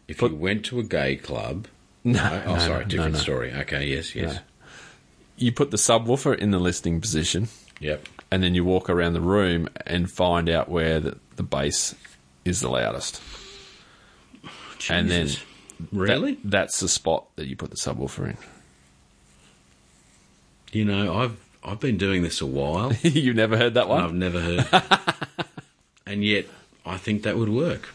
If
But-
you went to a gay club.
No,
oh,
no,
sorry,
no,
different
no.
story. Okay, yes, yes.
No. You put the subwoofer in the listening position,
Yep.
and then you walk around the room and find out where the, the bass is the loudest. And then
Jesus. Really?
that- that's the spot that you put the subwoofer in. <laughs>
you know, I've I've been doing this a while. and
You've never heard that one?
I've never
<laughs>
heard. and yet, I think that would work.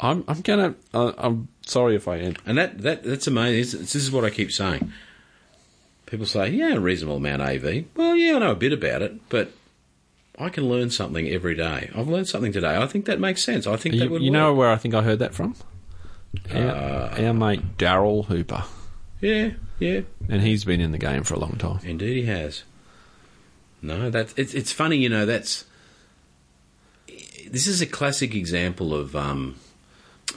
I'm I'm gonna. Uh, I'm sorry if I am.
And that, that that's amazing. This is what I keep saying. People say, yeah, a reasonable amount AV. Well, yeah, I know a bit about it, but I can learn something every day. I've learned something today. I think that makes sense. I think that
You,
would
you
work. Uh,
know where I think I heard that from? Our, our mate Daryl Hooper,
Yeah, yeah.
and he's been in the game for a long time.
Indeed, he has. No, that's it's it's funny, you know. That's this is a classic example of um,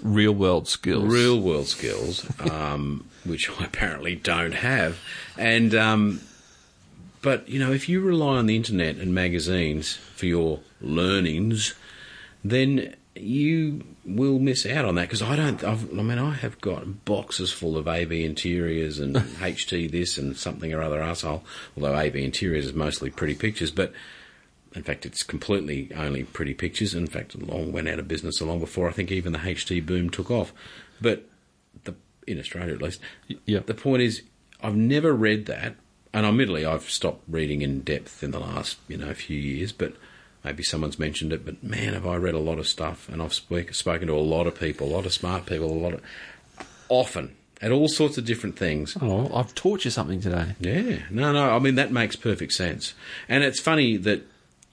Real world skills.
real world skills, um, which I apparently don't have. And um, but you know, if you rely on the internet and magazines for your learnings, then you will miss out on that because I don't. I've, I mean, I have got boxes full of AV interiors and HT this and something or other asshole. Although AV interiors is mostly pretty pictures, but. In fact, it's completely only pretty pictures. In fact, it long went out of business long before I think even the HT boom took off. But the in Australia at least,
yeah.
The point is, I've never read that, and admittedly, I've stopped reading in depth in the last you know few years. But maybe someone's mentioned it. But man, have I read a lot of stuff, and I've speak, spoken to a lot of people, a lot of smart people, a lot of often at all sorts of different things.
Oh, I've taught you something today.
Yeah, no, no. I mean, that makes perfect sense, and it's funny that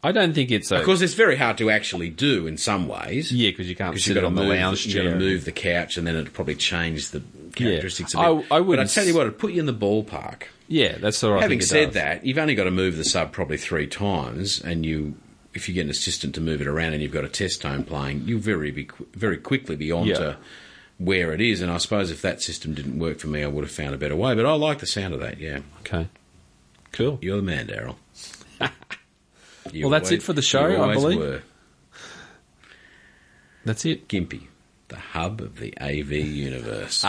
I don't think it's a
of course, it's very hard to actually do in some ways.
yeah because you can't
Because
sit
you've got to
on the
move,
lounge
you've got
chair.
to move the couch, and then it'd probably change the characteristics
I-
of it.
I
but I
wouldn't
tell you
s-
what, it'd put you in the ballpark.
Yeah, that's the right.
Having said that, you've only got to move the sub probably three times, and you, if you get an assistant to move it around, and you've got a test tone playing, you'll very be very quickly be on
Yeah.
to where it is. And I suppose if that system didn't work for me, I would have found a better way. But I like the sound of that. Yeah,
okay, cool.
you're the
<laughs>
man, Daryl. You
Well, that's it for the show,
you
I
always
believe.
were.
That's it.
Gimpy, the hub of the AV <laughs> universe.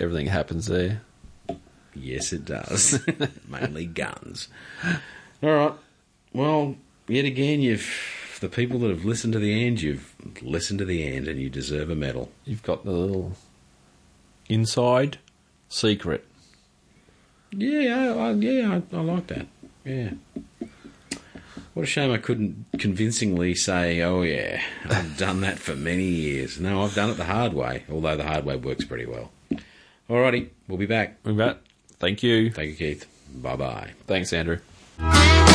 Everything happens there.
yes, it does. <laughs> Mainly guns. All right. Well, yet again, you've the people that have listened to the end. You've listened to the end, and you deserve a medal.
You've got the little inside secret.
Yeah, I, I, yeah, I, I like that. Yeah. What a shame I couldn't convincingly say, "Oh yeah, <laughs> I've done that for many years." No, I've done it the hard way. Although the hard way works pretty well. Alrighty, we'll be back.
Remember that? Thank you.
Thank you, Keith. Bye bye.
Thanks, Andrew.
Thank you.